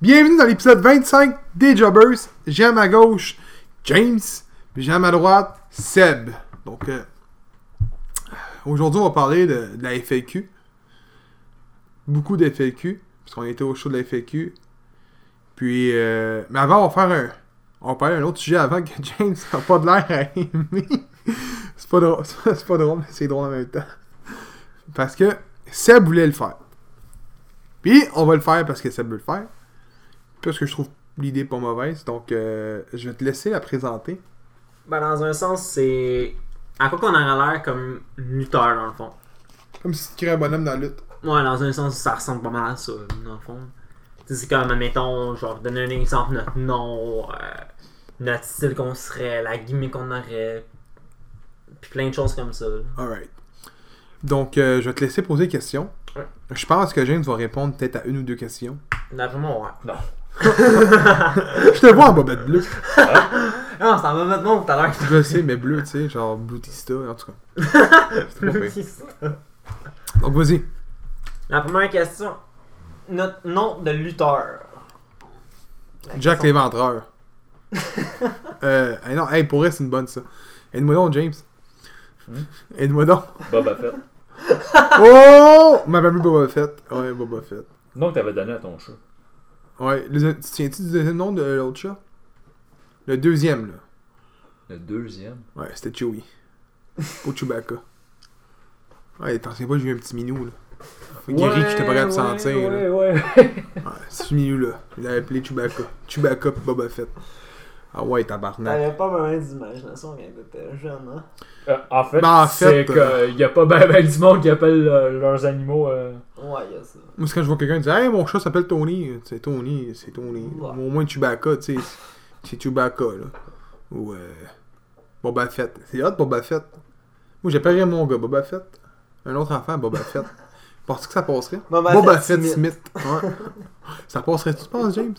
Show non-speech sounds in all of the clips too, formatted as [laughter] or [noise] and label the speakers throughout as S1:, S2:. S1: Bienvenue dans l'épisode 25 des Jobbers. J'ai à ma gauche James, puis j'ai à ma droite Seb. Donc, euh, aujourd'hui, on va parler de, de la FAQ. Beaucoup de FAQ, parce qu'on était au show de la FAQ. Puis, euh, mais avant, on va faire un. On va parler d'un autre sujet avant que [laughs] James n'a pas de l'air à aimer. c'est pas drôle, [laughs] c'est pas drôle, mais c'est drôle en même temps. Parce que Seb voulait le faire. Puis, on va le faire parce que Seb veut le faire. Parce que je trouve l'idée pas mauvaise. Donc, euh, je vais te laisser la présenter.
S2: Ben, dans un sens, c'est. À quoi qu'on a l'air comme lutteur, dans le fond.
S1: Comme si tu créais un bonhomme dans la lutte.
S2: Ouais, dans un sens, ça ressemble pas mal à ça, dans le fond. Tu sais, c'est comme, mettons, genre, donner un exemple, notre nom, euh, notre style qu'on serait, la gimmick qu'on aurait, puis plein de choses comme ça. là.
S1: Alright. Donc, euh, je vais te laisser poser des questions.
S2: Ouais.
S1: Je pense que James va répondre peut-être à une ou deux questions. [laughs]
S2: D'après moi, ouais. Non.
S1: Je te vois en bobette bleue.
S2: Non, ça va maintenant tout à l'heure.
S1: Je sais, mais bleu, tu sais, genre Bloutista, en tout cas. C'est pas pire. Donc, vas-y.
S2: [laughs] La première question. Notre nom de lutteur. La
S1: Jack
S2: question-
S1: l'éventreur. euh, hey, non, hey, pour vrai, c'est une bonne, ça. Aide-moi donc, James. Aide-moi donc.
S3: Boba Fett.
S1: Oh! Ma plus Boba Fett. Ouais, Boba Fett.
S3: Donc, t'avais donné à ton chat.
S1: Ouais, le, tu tiens-tu du deuxième nom de l'autre chat? Le deuxième, là.
S3: Le deuxième.
S1: Ouais, c'était Chewie.
S3: [laughs]
S1: Pour Chewbacca. Ouais, t'en sais pas, j'ai eu un petit minou, là. Fait que Guéri, que j'étais pas capable de sentir, là.
S3: Ouais, ouais.
S1: Ouais, ce minou-là. Je l'avais appelé Chewbacca. Chewbacca pis Boba Fett. Ah ouais, tabarnak.
S2: T'avais pas vraiment d'imagination quand t'étais jeune, hein?
S3: Euh, en fait,
S1: Ben, en fait,
S3: c'est
S1: euh,
S3: qu'il n'y a pas ben, ben du monde qui appelle euh, leurs animaux. euh,
S2: Ouais, y'a ça.
S1: Moi, c'est quand je vois quelqu'un dire « Hey, mon chat s'appelle Tony. » C'est Tony, c'est Tony.
S2: Ouais.
S1: Au moins, Chewbacca, tu sais, c'est Chewbacca, là. Ou, euh, Boba Fett. C'est hot, Boba Fett. Moi, j'appellerais mon gars Boba Fett. Un autre enfant, Boba Fett. [laughs] Penses-tu que ça passerait?
S2: Boba
S1: Boba
S2: Fett
S1: Fett Smith. Ouais. ça passerait, tu penses, James?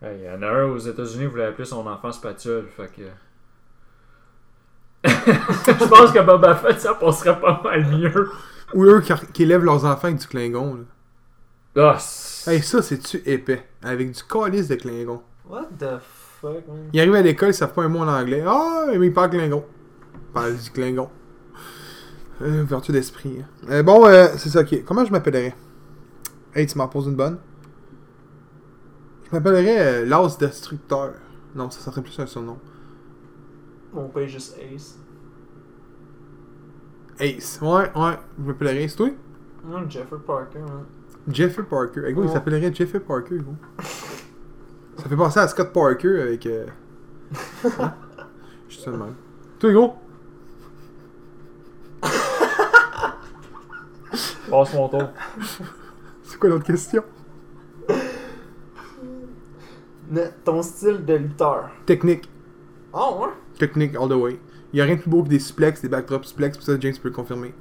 S3: ouais, Il y en a un aux États-Unis qui voulait appeler son enfant spatule. Fait que. [laughs] Je pense que Boba Fett, ça passerait pas mal mieux.
S1: Ou eux qui, qui élèvent leurs enfants avec du Klingon, là.
S3: Ah, c'est-
S1: Hey, ça, c'est-tu épais? Avec du calice de Klingon.
S2: What the fuck, man?
S1: Ils arrivent à l'école, ils savent pas un mot en anglais. Ah, mais ils parlent Klingon. Ils parlent du Klingon. Euh, vertu d'esprit. hein. Euh, bon, euh, c'est ça, ok. Comment je m'appellerais Hey, tu m'en poses une bonne Je m'appellerais euh, l'As Destructeur. Non, ça serait plus un surnom.
S2: Mon père est juste Ace.
S1: Ace. Ouais, ouais. Je m'appellerais Ace, toi
S2: Moi, Jeffrey Parker, hein. man.
S1: Jeffrey Parker. Eh, gros, il
S2: Ouais.
S1: s'appellerait Jeffrey Parker, gros. Ça fait penser à Scott Parker avec. Euh... hein? Je suis ça de même. Toi, gros
S3: passe mon tour.
S1: C'est quoi l'autre question
S2: [laughs] Ne- ton style de lutteur.
S1: Technique.
S2: Oh, ouais?
S1: Technique all the way. Il y a rien de plus beau que des suplex, des backdrop suplex, puis ça James peut le confirmer.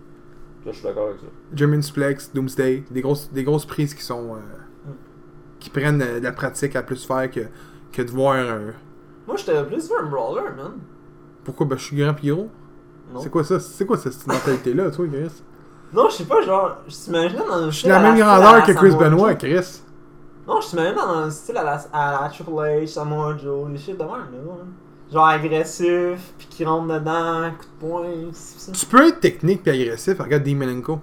S3: Là, je suis d'accord avec ça.
S1: German suplex, Doomsday, des grosses, des grosses prises qui sont euh, qui prennent euh, de la pratique à plus faire que, que de voir un.
S2: Moi, j'étais plus vu un brawler, man.
S1: Pourquoi ben je suis grand pis gros?
S2: Non.
S1: C'est quoi ça? C'est quoi cette mentalité là, toi, Chris?
S2: Non, je sais pas, genre, je t'imaginais dans un
S1: Je suis la même grandeur que Chris Benoit, Chris.
S2: Non, je t'imaginais dans un style à la, à la Triple H, Samoa Joe, des shit de même, là, man. Genre agressif, pis qui rentre dedans, coup de poing, c'est ça.
S1: Tu peux être technique pis agressif, regarde Dean Malenko.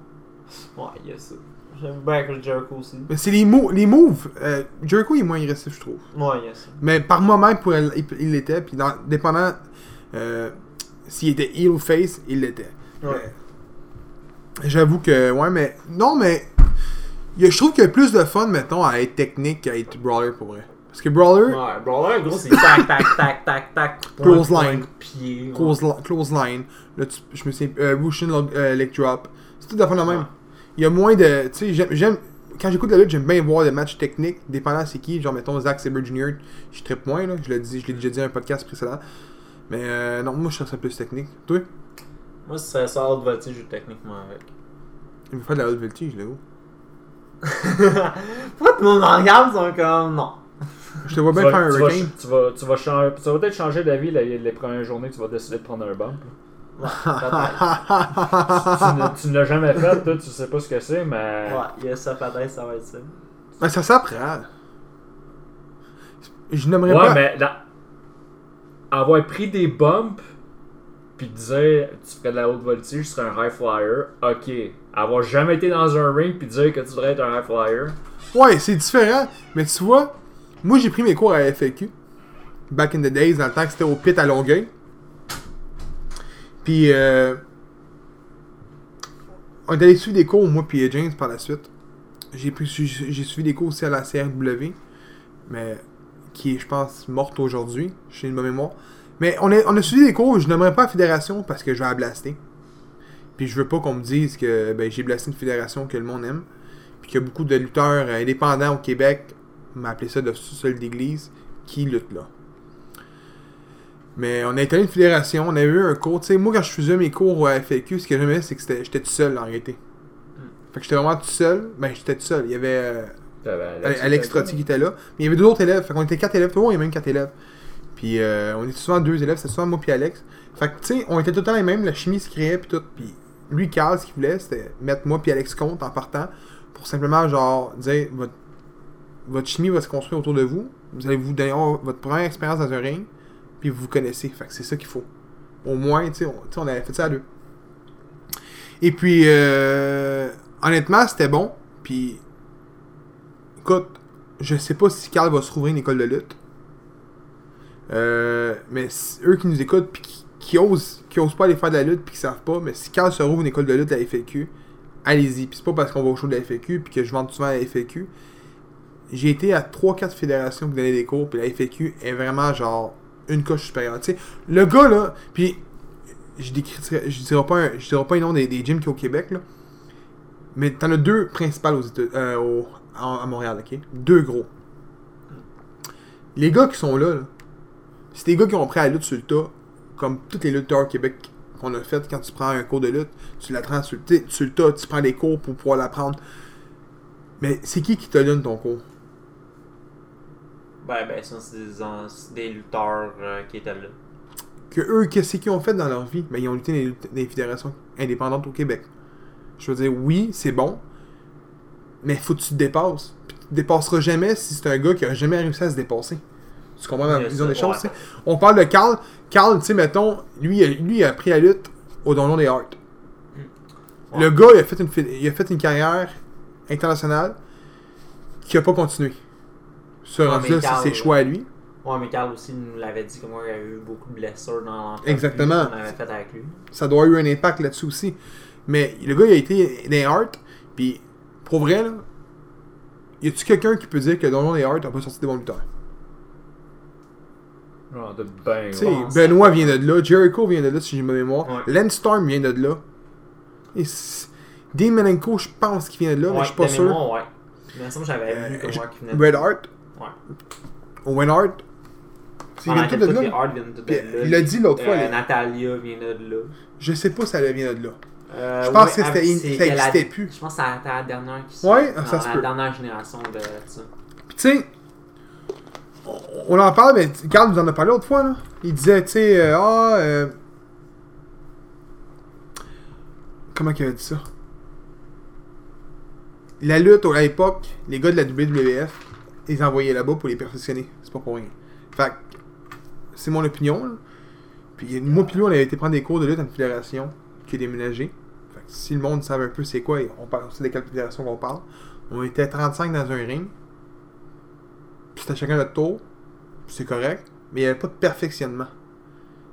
S2: Ouais, y'a ça. J'aime bien Chris Jericho aussi.
S1: Mais c'est les mots, les moves. Euh, Jericho il est moins agressif, je trouve.
S2: Ouais, y'a ça.
S1: Mais par moment, il, pourrait l- il, il l'était, puis dans- dépendant euh, s'il était heel ou face, il l'était.
S2: Ouais.
S1: Mais J'avoue que, ouais, mais. Non, mais. il y a- je trouve qu'il y a plus de fun, mettons, à être technique qu'à être brawler pour vrai. Parce que brawler,
S2: Ouais, brawler, gros, c'est tac, tac, tac, tac, tac, coup de
S1: Close
S2: poing, coup de
S1: line.
S2: poing, pied. ouais.
S1: close, li- close line, là, tu- je me souviens, euh, Russian log- euh, leg drop, c'est tout à fait le même.
S2: Ouais.
S1: Il y a moins de. Tu sais, j'aime- j'aime. Quand j'écoute la lutte, j'aime bien voir des matchs techniques, dépendant c'est qui. Genre, mettons, Zack Sabre Jr., je trippe moins, là. Je l'ai dit, je l'ai déjà dit dans un podcast précédent. Mais euh, non, moi, je trouve ça plus technique. Toi,
S2: Moi, ce serait ça, haute voltige ou techniquement avec.
S1: il me fait de la haute voltige, là. gros.
S2: Pourquoi tout le monde me regarde, ils sont comme non.
S1: Je te vois
S3: Tu
S1: bien faire un
S3: vas, tu, vas,
S1: hurricane.
S3: tu vas- tu vas changer- tu vas peut-être changer d'avis la- les premières journées que tu vas décider de prendre un bump.
S1: [laughs]
S2: Ouais, peut-être.
S3: tu ne- tu ne l'as jamais fait, toi, tu sais pas ce que c'est, mais
S2: Ouais, il y a ça, peut-être, ça va être ça.
S1: Ben, ça s'apprend. Je n'aimerais
S3: Ouais,
S1: pas.
S3: mais la- avoir pris des bumps, puis dire tu ferais de la haute voltige, tu serais un high flyer, ok. Avoir jamais été dans un ring, puis dire que tu voudrais être un high flyer,
S1: Ouais, c'est différent. Mais tu vois, moi j'ai pris mes cours à FAQ. Back in the days, dans le temps que c'était au pit à Longueuil. Puis, euh, on est allé suivre des cours, moi puis James, par la suite. J'ai pris- j'ai j'ai suivi des cours aussi à la CRW, mais qui est, je pense, morte aujourd'hui, j'ai de ma mémoire. Mais on, est, on a suivi des cours, je n'aimerais pas la fédération parce que je vais la blaster. Puis je veux pas qu'on me dise que ben, j'ai blasté une fédération que le monde aime puis qu'il y a beaucoup de lutteurs euh, indépendants au Québec, on m'a appelé ça de sous-sol d'église, qui luttent là. Mais on a été à une fédération, on a eu un cours. Tu sais, moi, quand je faisais mes cours à FAQ, ce que j'aimais, c'est que c'était- j'étais tout seul en réalité. Fait que j'étais vraiment tout seul. Ben, j'étais tout seul. Il y avait euh,
S3: t'avais
S1: Alex, Trotti qui était là. Mais il y avait deux autres élèves. Fait qu'on était quatre élèves. Tout le monde, il y avait même quatre élèves. Puis euh, on était souvent deux élèves. C'était souvent moi puis Alex. Fait que, tu sais, on était tout le temps les mêmes. La chimie se créait puis tout. Puis lui, Carl, ce qu'il voulait, c'était mettre moi puis Alex compte en partant pour simplement, genre, dire votre, votre chimie va se construire autour de vous. Vous allez vous donner oh, votre première expérience dans un ring. Puis vous vous connaissez. Fait que c'est ça qu'il faut. Au moins, tu sais, on, tu sais, on avait fait ça à deux. Et puis, euh, honnêtement, c'était bon. Puis Écoute, je sais pas si Carl va se rouvrir une école de lutte. Euh, mais si- eux qui nous écoutent puis qui, qui osent, qui osent pas aller faire de la lutte puis qui savent pas, mais si Carl se rouvre une école de lutte à la FAQ, allez-y. Puis c'est pas parce qu'on va au show de la FAQ puis que je vende souvent à la FAQ. J'ai été à 3-4 fédérations qui donnaient des cours puis la FAQ est vraiment genre une coche supérieure. Tu sais, le gars là, puis je décrirai, je dirai pas, un- je dirai pas les noms des, des gyms qu'il y a au Québec là. Mais t'en as deux principales aux Éta- euh, au- à, à Montréal, ok? Deux gros. Les gars qui sont là, là, c'est des gars qui ont pris la lutte sur le tas, comme tous les lutteurs au Québec qu'on a fait. Quand tu prends un cours de lutte, tu l'apprends sur, le t- sur le tas, tu prends des cours pour pouvoir l'apprendre. Mais c'est qui qui te donne ton cours?
S2: Ben, ben, ça, c'est des, ans- c'est des lutteurs euh, qui étaient là.
S1: que eux, qu'est-ce qu'ils ont fait dans leur vie? Ben, ils ont lutté dans les- dans les fédérations indépendantes au Québec. Je veux dire, oui, c'est bon, mais faut que tu te dépasses. Puis tu te dépasseras jamais si c'est un gars qui a jamais réussi à se dépasser. Tu comprends ma
S2: Il y a
S1: vision
S2: ça,
S1: des choses, tu
S2: ouais.
S1: sais? On parle de Carl. Carl, tu sais, mettons, lui, il a- lui, il a pris la lutte au Donjon des Hearts.
S2: Hmm. Ouais.
S1: Le gars, il a fait une, fi- il a fait une carrière internationale qui a pas continué. Ce
S2: Ouais,
S1: rendu-là,
S2: mais
S1: c'est
S2: Carl,
S1: ses choix à lui.
S2: Ouais, mais Carl aussi nous l'avait dit que moi, il y avait eu beaucoup de blessures dans l'enfance.
S1: Exactement.
S2: On avait fait avec lui.
S1: ça doit avoir eu un impact là-dessus aussi. Mais le gars, il a été dans les Hearts, puis pour vrai, là, y a-tu quelqu'un qui peut dire que Donjon des Hearts a pas sorti des bons lutteurs?
S3: Genre de ben,
S1: Tu sais,
S3: ouais.
S2: Ouais, c'est-
S1: Benoît vient de là, Jericho vient de là, si j'ai ma mémoire,
S2: Ouais.
S1: Lance Storm vient de là, et c- Dean Malenko, je pense qu'il vient de là, mais je suis pas
S2: de
S1: sûr.
S2: mémoire, ouais. Mais ça, j'avais
S1: Euh,
S2: vu que
S1: je-
S2: moi qui venait de
S1: Red Hart,
S2: Ouais.
S1: Owen Hart, ils
S2: Pendant
S1: viennent
S2: que
S1: tous de
S2: toutes les
S1: là.
S2: Hard viennent toutes de
S1: Puis,
S2: là.
S1: il l'a dit l'autre fois,
S2: Euh,
S1: là.
S2: Natalia vient de là.
S1: Je sais pas si elle vient de là.
S2: Euh,
S1: Je pense
S2: ouais,
S1: que c'était-
S2: c'est
S1: ça
S2: que la-
S1: existait plus.
S2: Je pense que c'était la dernière qui
S1: Ouais,
S2: sort-
S1: ça
S2: non,
S1: se
S2: la
S1: peut.
S2: dernière génération de ça.
S1: Puis tu sais, on- on en parle, mais t- Carl nous en a parlé l'autre fois, là. Il disait, tu sais, euh, ah, euh, Comment qu'il avait dit ça? La lutte, à l'époque, les gars de la WWF, ils envoyaient là-bas pour les perfectionner. C'est pas pour rien. Fait que, c'est mon opinion, là. Puis moi puis lui, on avait été prendre des cours de lutte à une fédération qui a déménagé. Fait que si le monde savait un peu c'est quoi, et on parle aussi de quelle fédération qu'on parle. On était 35 dans un ring. Puis c'était chacun notre tour. Puis c'est correct. Mais il n'y avait pas de perfectionnement.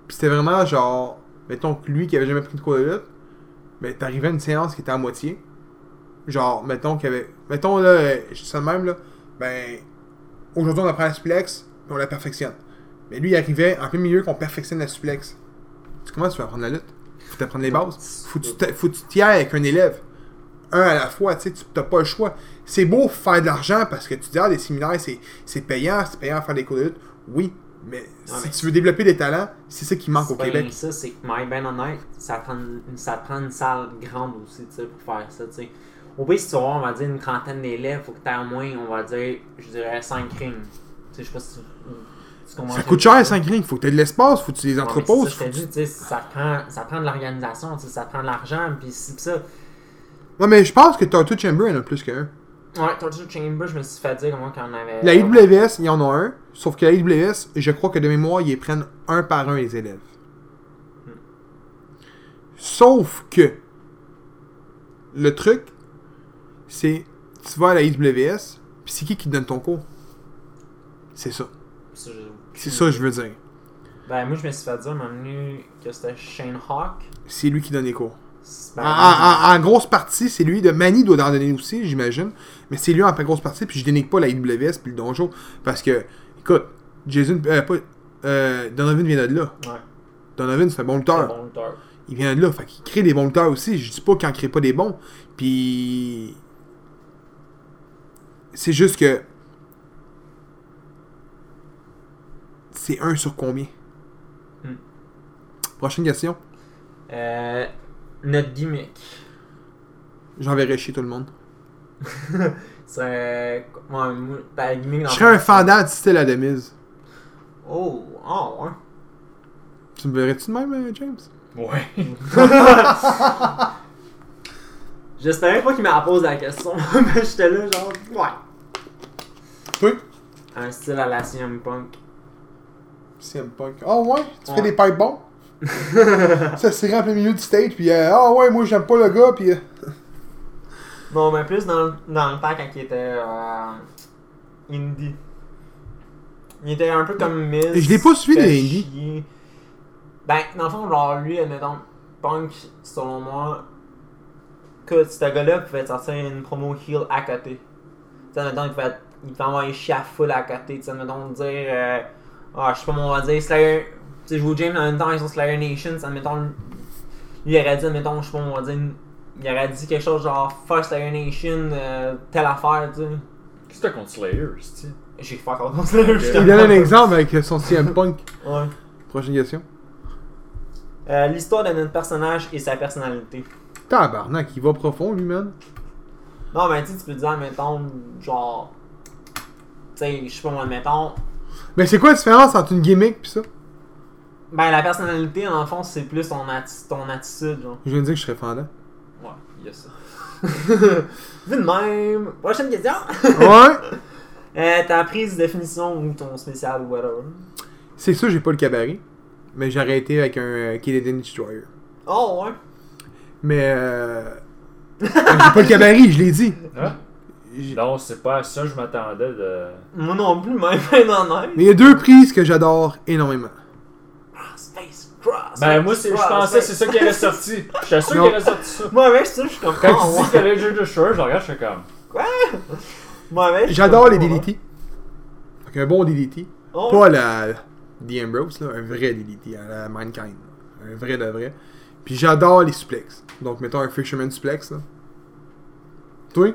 S1: Puis c'était vraiment genre. Mettons que lui qui avait jamais pris de cours de lutte. Mais t'arrivais à une séance qui était à moitié. Genre, mettons qu'il y avait. Mettons là, euh, je dis ça de même là. Ben. Aujourd'hui on apprend la suplex. Puis on la perfectionne. Mais lui il arrivait en plein milieu qu'on perfectionne la suplex. Tu comment tu vas apprendre la lutte Faut t'apprendre les bases. Faut que tu t'a- faut que tu t'y ailles avec un élève un à la fois, tu sais, tu n'as pas le choix. C'est beau faire de l'argent parce que tu dis, ah, les séminaires, c'est, c'est payant, c'est payant à faire des cours de lutte. Oui, mais si
S2: mais-
S1: tu veux développer des talents, c'est ça qui manque au
S2: C'est pas rien que
S1: Québec.
S2: Ça, c'est que, mais ben honnête, ça prend, une- ça prend une salle grande aussi, tu sais, pour faire ça, tu sais. Au pire, si tu vas avoir, on va dire, une trentaine d'élèves, faut que tu aies au moins, on va dire, je dirais, 5 rings. Tu sais, je sais pas si tu- tu comprends
S1: Ça
S2: ce que
S1: coûte
S2: je veux
S1: cher,
S2: dire.
S1: 5 rings. Faut que tu aies de l'espace, faut que tu les
S2: Ouais, mais
S1: entreposes.
S2: c'est
S1: faut
S2: ça, je
S1: que
S2: te
S1: tu-
S2: dis, tu sais, ça prend, ça prend de l'organisation, tu sais, ça prend de l'argent, puis si pis ça.
S1: Ouais, mais je pense que Tartu Chamber en a plus qu'un.
S2: Ouais, Torture Chamber, je me suis fait dire comment qu'il y en avait.
S1: La IWS, il y en a un. Sauf que la IWS, je crois que de mémoire, ils prennent un par un les élèves. Sauf que le truc, c'est tu vas à la IWS, puis c'est qui qui te donne ton cours C'est ça.
S2: Ça, je-
S1: C'est ça, que je veux dire.
S2: Ben, moi, je me suis fait dire, à un moment donné, que c'était Shane Hawk.
S1: C'est lui qui donne les cours.
S2: C'est-
S1: En,
S2: ben,
S1: en- en- en grosse partie, c'est lui. De Manny doit en donner aussi, j'imagine. Mais c'est lui en grosse partie. Puis je dénigre pas la IWS puis le donjon. Parce que, écoute, Jason. euh, pas- euh, Donovan vient de là.
S2: Ouais,
S1: Donovan, c'est un bon
S2: c'est
S1: lutteur.
S2: bon lutteur.
S1: Il vient de là. Fait qu'il crée des bons lutteurs aussi. Je dis pas qu'il en crée pas des bons. Puis. C'est juste que. C'est un sur combien
S2: Hmm.
S1: Prochaine question.
S2: Euh, notre gimmick. [laughs]
S1: J'enverrai chier tout le monde.
S2: C'est. Ouais, moi, ta gimmick dans
S1: Je serais un fandard du style à Demise.
S2: Oh, oh,
S1: [laughs]
S2: ouais.
S1: Tu me verrais-tu de même, euh, James
S3: Ouais. [laughs]
S2: J'espérais pas qu'il me la pose la question, [laughs] mais j'étais là, genre, ouais.
S1: Oui.
S2: Un style à la CM
S1: [laughs]
S2: Punk.
S1: CM Punk. Ah ouais Tu fais
S2: Ouais.
S1: des pipes bons Ça se rend en plein milieu du stage. Puis, euh, ah ouais, moi j'aime pas le gars. Puis. euh,
S2: Non, mais plus dans, le- dans le temps quand il était euh, indie. Il était un peu comme Miz.
S1: Je l'ai pas suivi,
S2: fait
S1: les indies.
S2: chier. Ben, dans le fond, genre, lui, admettons, Punk, selon moi, que ce gars-là pouvait te sortir une promo heel à côté. Tu sais, admettons, il pouvait, il pouvait envoyer chier à full à côté. Tu sais, admettons, dire, euh, ah, je sais pas comment on va dire, Slayer. Tu sais, je vous James en même temps, ils sont Slayer Nation, tu sais, admettons, lui, il aurait dit, admettons, je sais pas comment on va dire, une- il aurait dit quelque chose genre First Iron Nation, euh, telle affaire, tu sais.
S3: Qu'est-ce que t'as contre Slayer, c'est-tu?
S2: J'ai fait encore comme ça. je te
S1: Il donne un
S2: parle.
S1: exemple avec euh, son CM Punk.
S2: Ouais.
S1: Prochaine question.
S2: Euh, L'histoire de notre personnage et sa personnalité.
S1: Tabarnak, il va profond, lui, man.
S2: Non, mais tu sais, tu peux dire, mettons, genre. Tu sais, je sais pas moi, mettons.
S1: Mais c'est quoi la différence entre une gimmick pis ça
S2: Ben, la personnalité, dans le fond, c'est plus ton, atti- ton attitude,
S1: [laughs]
S2: genre.
S1: Je viens de dire que je serais fendant.
S3: Ouais, il y a ça.
S2: Vu de même. Prochaine question. [laughs]
S1: Ouais
S2: Euh, ta prise de finition ou ton spécial ou whatever.
S1: C'est ça, j'ai pas le cabaret. Mais j'aurais été avec un euh, Canadian Destroyer.
S2: Oh, ouais.
S1: Mais euh. j'ai pas le cabaret, je l'ai dit.
S3: Hein?
S1: J'ai-
S3: Non, c'est pas à ça que je m'attendais de.
S2: Moi non plus, même, [laughs] même en même.
S1: Mais il y a deux prises que j'adore énormément.
S2: Space Cross.
S3: Ben, moi, c'est- je
S2: Cross,
S3: pensais que
S2: Space
S3: c'est ça qui allait sortir. J'étais sûr qu'il
S1: Non.
S3: allait sortir ça.
S1: [laughs]
S2: Moi avec ça, je suis comme
S3: Quand
S2: Ah,
S3: tu dis
S2: ouais.
S3: qu'il allait jouer de cheveux, je regarde, je suis comme.
S2: Moi avec. je suis
S1: J'adore
S2: comme,
S1: les
S2: Ah, ouais.
S1: DDT. Fait qu'un bon DDT.
S2: Oh,
S1: Pas la. The Ambrose, là. Un vrai DDT, à hein, la Mankind. Un vrai de vrai. Puis j'adore les suplexes. Donc, mettons un Fisherman suplex, là. Toi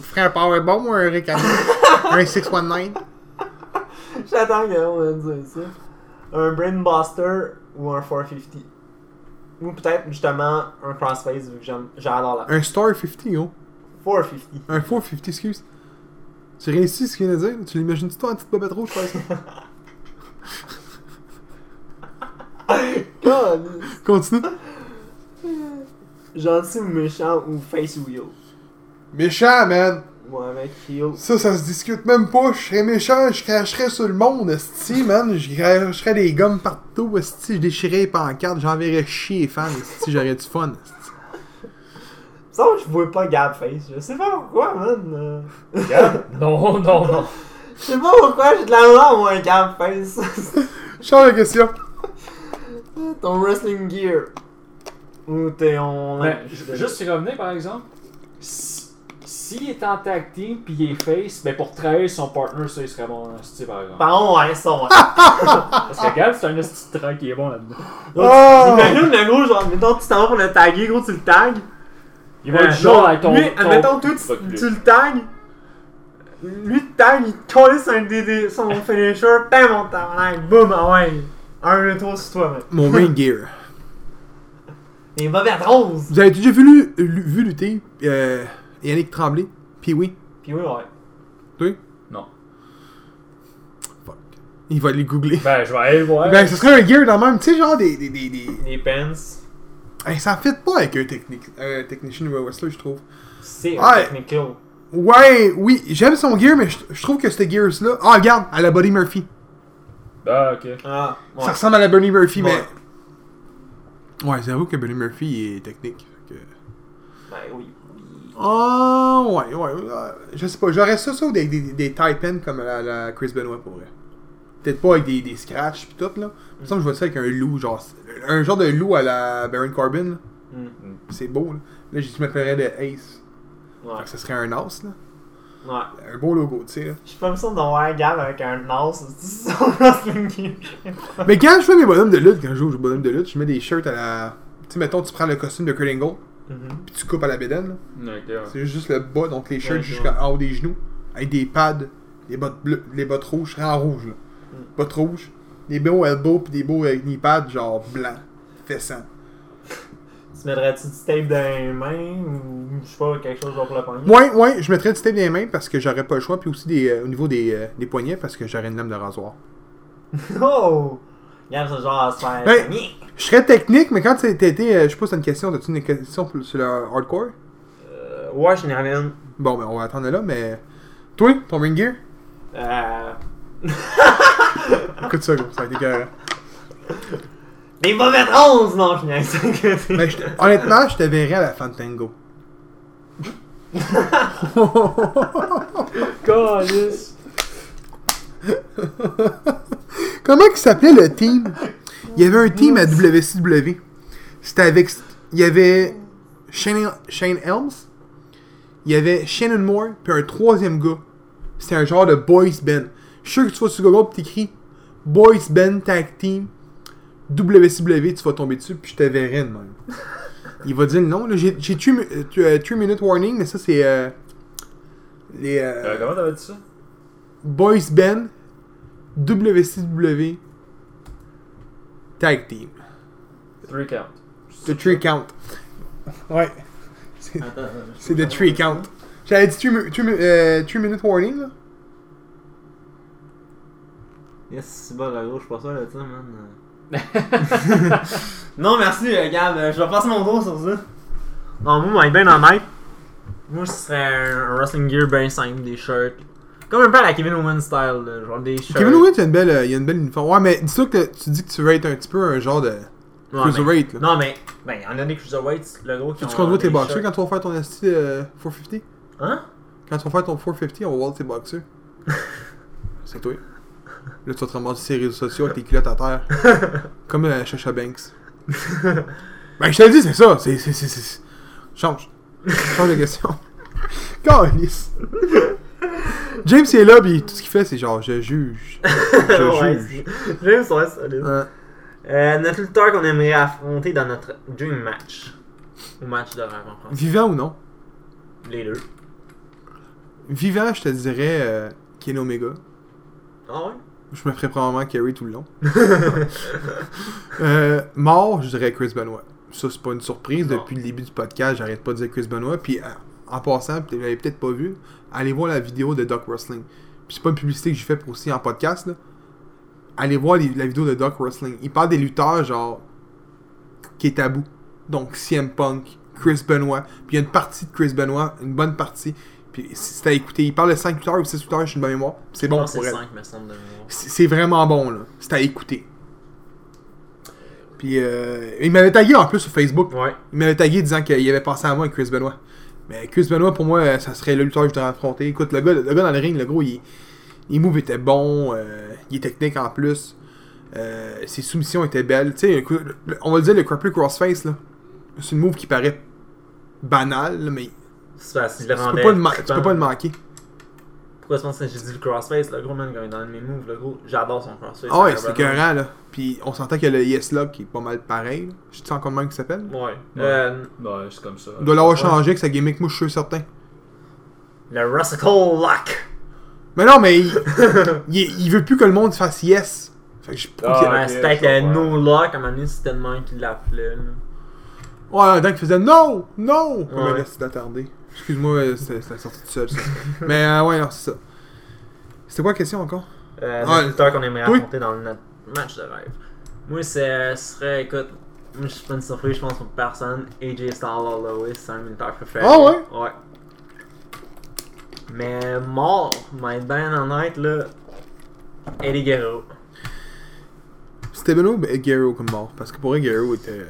S1: Frère Powerbomb ou un Rick [laughs] Allen? Un 619
S2: J'attends qu'on va dire ça. Un Brainbuster ou un 450. Ou peut-être justement un Crossface vu que j'aime- j'adore la.
S1: Un Star 50, yo.
S2: [laughs] 450.
S1: Un 450, excuse. Tu réussis ce qu'il vient de dire? Tu l'imagines-tu toi en petite bobette rouge faire ça? [laughs]
S2: God!
S1: Continue.
S2: Gentil ou méchant ou face ou heel.
S1: Méchant, man!
S2: Moi avec heel.
S1: Ça, ça se discute même pas. Je serais méchant, je cracherais sur le monde, esti, man. Je cracherais des gommes partout, esti. Je déchirais les pancartes, j'enverrais chier les fans, esti. J'aurais du fun, esti.
S2: Ça, je vois pas Gab face. Je sais pas pourquoi, man. euh.
S3: Regarde. Non, non, non.
S2: [laughs] Je sais pas pourquoi j'ai de la misère, moi, avec Gab face. [laughs]
S1: Change de question.
S2: Ton wrestling gear. Ou t'es on.
S3: Mais ju- Ben, juste y revenir, par exemple, s- s'il est en tag team puis il est face, ben pour trahir son partner, ça, il serait bon hein, en style, par exemple.
S2: Pardon, ouais,
S1: [laughs]
S2: ça, ouais.
S3: Parce que Gab, c'est un esti de train qui est bon là-dedans.
S1: Oh!
S2: Imagine le gros, genre, mettons, tu t'en vas pour le taguer, gros, tu le tagues.
S3: Il
S1: Ben,
S3: va être genre avec ton.
S2: Lui,
S3: ton-
S2: admettons, toi,
S3: Reculé.
S2: tu, tu le tagues. Lui, tu tagues, il te colle sur un DD, [laughs] son finisher, bam, on tabarnak, boum, ah ouais. Un, deux, trois sur toi, mec.
S1: Mon ring gear.
S2: Et va vers rose.
S1: Vous avez déjà vu, lu- lu- vu lutter euh, Yannick Tremblay? Puis oui.
S2: Puis oui, ouais.
S1: Toi?
S3: Non.
S1: Fuck. Il va les googler.
S3: Ben, je vais aller le voir.
S1: Ben, ce serait un gear dans le même, tu sais, genre des. des, des, des...
S2: Les pens,
S1: Hey, ça fit pas avec un, technique, un technicien ou un wrestler, je trouve.
S2: c'est
S1: Ouais.
S2: technique
S1: Ouais, oui, j'aime son gear, mais je je trouve que ce gears-là. Ah, regarde, à la Buddy Murphy.
S3: Ah, ok.
S2: Ah, ouais.
S1: Ça ressemble à la Buddy Murphy,
S2: Ouais.
S1: mais. Ouais, j'avoue que Buddy Murphy il est technique. fait que-
S2: Ben oui, oui.
S1: Ah, ouais, ouais. euh, Je sais pas, j'aurais ça, ça, ou des, des, des tie pins comme la, la Chris Benoit pour vrai. Peut-être pas avec des, des scratchs pis tout, là. Il me semble que je vois ça avec un loup, genre. Un genre de loup à la Baron Corbin, là.
S2: Mm.
S1: C'est beau, là. Là, je m'appellerais de Ace.
S2: Ouais.
S1: Fait que ça serait un As, là.
S2: Ouais.
S1: Un beau logo, tu sais, là.
S2: J'ai pas l'impression d'avoir un gars avec un os. [laughs] C'est Mhm. son wrestling game.
S1: Mais quand je fais mes bonhommes de lutte, quand je joue aux bonhommes de lutte, je mets des shirts à la. Tu sais, mettons, tu prends le costume de Kurt Angle,
S2: Mhm.
S1: puis tu coupes à la bédaine, là.
S3: Ok, ouais.
S1: C'est juste le bas, donc les shirts
S2: Ouais,
S1: jusqu'en haut des genoux, avec des pads, les bottes bleues, les bottes rouges, en rouge, là.
S2: Mm.
S1: Bottes rouges, des beaux elbows, puis des beaux euh, knee pads, genre blancs, fessants.
S2: Tu mettrais-tu du tape dans les mains ou je sais pas, quelque chose genre pour le poignet?
S1: Ouais, ouais, je mettrais du tape dans les mains parce que j'aurais pas le choix, puis aussi des, euh, au niveau des, euh, des poignets parce que j'aurais une lame de rasoir.
S2: [laughs] Oh! Regarde, c'est genre à se faire.
S1: Hey!
S2: Gnie!
S1: Je serais technique, mais quand t'as été, euh, je pose une question, t'as-tu une question plus sur le hardcore?
S2: Euh, ouais, je n'ai rien.
S1: Bon, ben on va attendre là, mais. Toi, ton ring gear?
S2: Euh.
S1: Écoute ça, gros, ça a été carré.
S2: Des mauvais 11! Non, Ben, je [laughs] n'ai
S1: Mais je t- honnêtement, je te verrais à la Fantango.
S3: Calice!
S1: Comment qu'il s'appelait le team? Il y avait un team à WCW. C'était avec. Il y avait Shane, Shane Helms. Il y avait Shannon Moore, puis un troisième gars. C'était un genre de boys band. Je suis sûr que tu vas sur Google, puis t'écris Boys Band Tag Team WCW, tu vas tomber dessus, puis je te verrai de même. Il va dire le nom. là. J'ai euh, 3 Minute Warning, mais ça, c'est. euh, les. euh,
S3: Euh, comment t'avais dit ça?
S1: Boys Band, WCW, Tag Team.
S3: 3 count.
S1: The Tree Count. Ouais, c'est The Tree Count. J'avais dit 3 euh, Minute Warning, là.
S2: Yes, c'est bon, la gauche, je suis pas sûr de ça, [laughs] man. non, merci, euh, Gab, euh, je vais passer mon tour sur ça. Non, moi, ben honnête, moi, ce serait un un wrestling gear bien simple, des shirts. Comme un peu à la Kevin Owens style, là, genre des shirts.
S1: Kevin Owens, il y a une belle, euh, il y a une belle uniforme. Ouais, mais dis-toi que tu dis que tu veux être un petit peu un genre de
S2: Ouais,
S1: cruiserweight,
S2: mais-
S1: là.
S2: Non, mais, ben, y'en a des cruiserweights, le gros qui
S1: Tu
S2: ont. euh,
S1: conduis
S2: des
S1: tes boxeurs
S2: shirts.
S1: quand tu vas faire ton ST euh, 450?
S2: [laughs] Hein?
S1: Quand tu vas faire ton 450, on va voir tes
S2: [laughs]
S1: boxeurs. c'est toi. Là, tu vas te ramasser sur les réseaux sociaux avec tes culottes à terre.
S2: [laughs]
S1: Comme euh, Chacha Banks. [laughs] ben, je te le dis, c'est ça. C'est, c'est, c'est, c'est- Change. Change de question.
S2: [laughs]
S1: Calice. James, il est là, pis tout ce qu'il fait, c'est genre, je
S2: [laughs]
S1: juge. Je
S2: Ouais,
S1: juge.
S2: c'est- J'aime ça, ça, les-
S1: Hein.
S2: Euh, notre lutteur qu'on aimerait affronter dans notre dream match. Ou match de rêve en France.
S1: vivant ou non?
S2: Les deux.
S1: Vivant, je te dirais euh, Ken Omega.
S2: Ah [laughs] ouais?
S1: Je me ferais probablement carry tout le long. Euh, mort, je dirais Chris Benoit. Ça, c'est pas une surprise.
S2: Non.
S1: Depuis le début du podcast, j'arrête pas de dire Chris Benoit. Puis, euh, en passant, vous l'avez peut-être pas vu, allez voir la vidéo de Doc Wrestling. Puis, c'est pas une publicité que j'ai fait pour aussi en podcast. Là. Allez voir les- la vidéo de Doc Wrestling. Il parle des lutteurs, genre, qui est tabou. Donc, CM Punk, Chris Benoit. Puis, il y a une partie de Chris Benoit, une bonne partie. Puis, si c'est à écouter, il parle de 5 lutteurs ou 6 lutteurs, je suis de bonne mémoire. Puis c'est
S2: Je
S1: bon
S2: pense que
S1: pour
S2: Ah, c'est
S1: elle.
S2: 5, me semble, de mémoire.
S1: C'est c'est vraiment bon, là. C'est à écouter. Puis, euh, il m'avait tagué en plus sur Facebook.
S2: Ouais.
S1: Il m'avait tagué disant qu'il avait pensé à moi et Chris Benoit. Mais Chris Benoit, pour moi, ça serait le lutteur que je devrais affronter. Écoute, le gars, le gars dans le ring, le gros, il, il move était bon, euh, il est technique en plus. Euh, ses soumissions étaient belles. Tu sais, le coup- le- on va le dire, le crapple crossface, là. C'est une move qui paraît banale, là, mais tu
S2: C'est facile, je le
S1: peux,
S2: rendais.
S1: pas le ma- tu
S2: trippant.
S1: peux pas le manquer.
S2: Pourquoi je pense que j'ai dit le crossface? Le gros man, quand il est dans mes moves, le gros, j'adore son crossface.
S1: Ah ouais, c'est
S2: Ça vraiment-
S1: écœurant, là. Puis on s'entend que le Yes Lock qui est pas mal pareil. là. Je sais encore le même qu'il s'appelle.
S2: Ouais. Euh,
S3: Bah, Ouais, c'est comme ça.
S1: Il doit l'avoir changé avec sa gimmick, moi je suis certain.
S2: le Russical
S1: [laughs]
S2: Lock.
S1: Mais non, mais il, il, il veut plus que le monde fasse Yes. Fait que je trouve
S3: Ah,
S1: qu'il-
S2: Ouais,
S3: ok,
S2: c'était avec
S3: je
S2: le
S3: comprends.
S2: No Lock, à un moment donné, c'était le même qui l'appelait. là.
S1: Ouais, donc il faisait non, non! Comme un
S2: Ouais.
S1: esti d'attardé. Excuse-moi, euh, c'est c'est sorti tout seul, ça. [laughs] Mais euh, ouais, non, c'est ça. C'était quoi la question encore?
S2: Euh,
S1: Ouais.
S2: le lutteur qu'on aimerait
S1: Oui.
S2: affronter dans notre match de rêve. Moi, c'est- ce serait, écoute, moi, je suis pas une surprise, je pense, pour personne. AJ Styles All the way, c'est un lutteur préféré.
S1: Ah ouais?
S2: Ouais. Mais mort, mais ben honnête, là, Eddie Guerrero.
S1: C'était Benoît ou Guerrero comme mort ben, Parce que pour eux, Guerrero était. euh,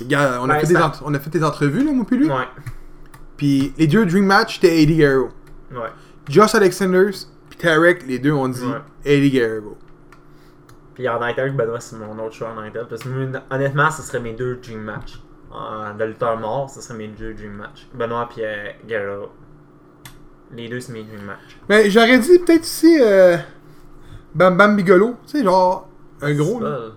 S1: Regarde, on, a
S2: Ben,
S1: fait des
S2: ça-
S1: ent- on a fait des entrevues, là, moi, puis lui.
S2: Ouais,
S1: Puis les deux Dream Match, c'était Eddie Guerrero.
S2: ouais.
S1: Josh Alexanders, puis Tarek, les deux ont dit
S2: Ouais.
S1: Eddie Guerrero.
S2: Puis en Nightel, Benoît, c'est mon autre choix en Nightel. Parce que moi, honnêtement, ce serait mes deux dream match. Euh, de lutteur mort, ce serait mes deux dream match. Benoît puis euh, Guerrero. Les deux, c'est mes dream match.
S1: Mais Ben, j'aurais dit peut-être aussi euh, Bam Bam Bigolo, tu sais, genre un gros.
S2: C'est
S1: Là.
S2: pas-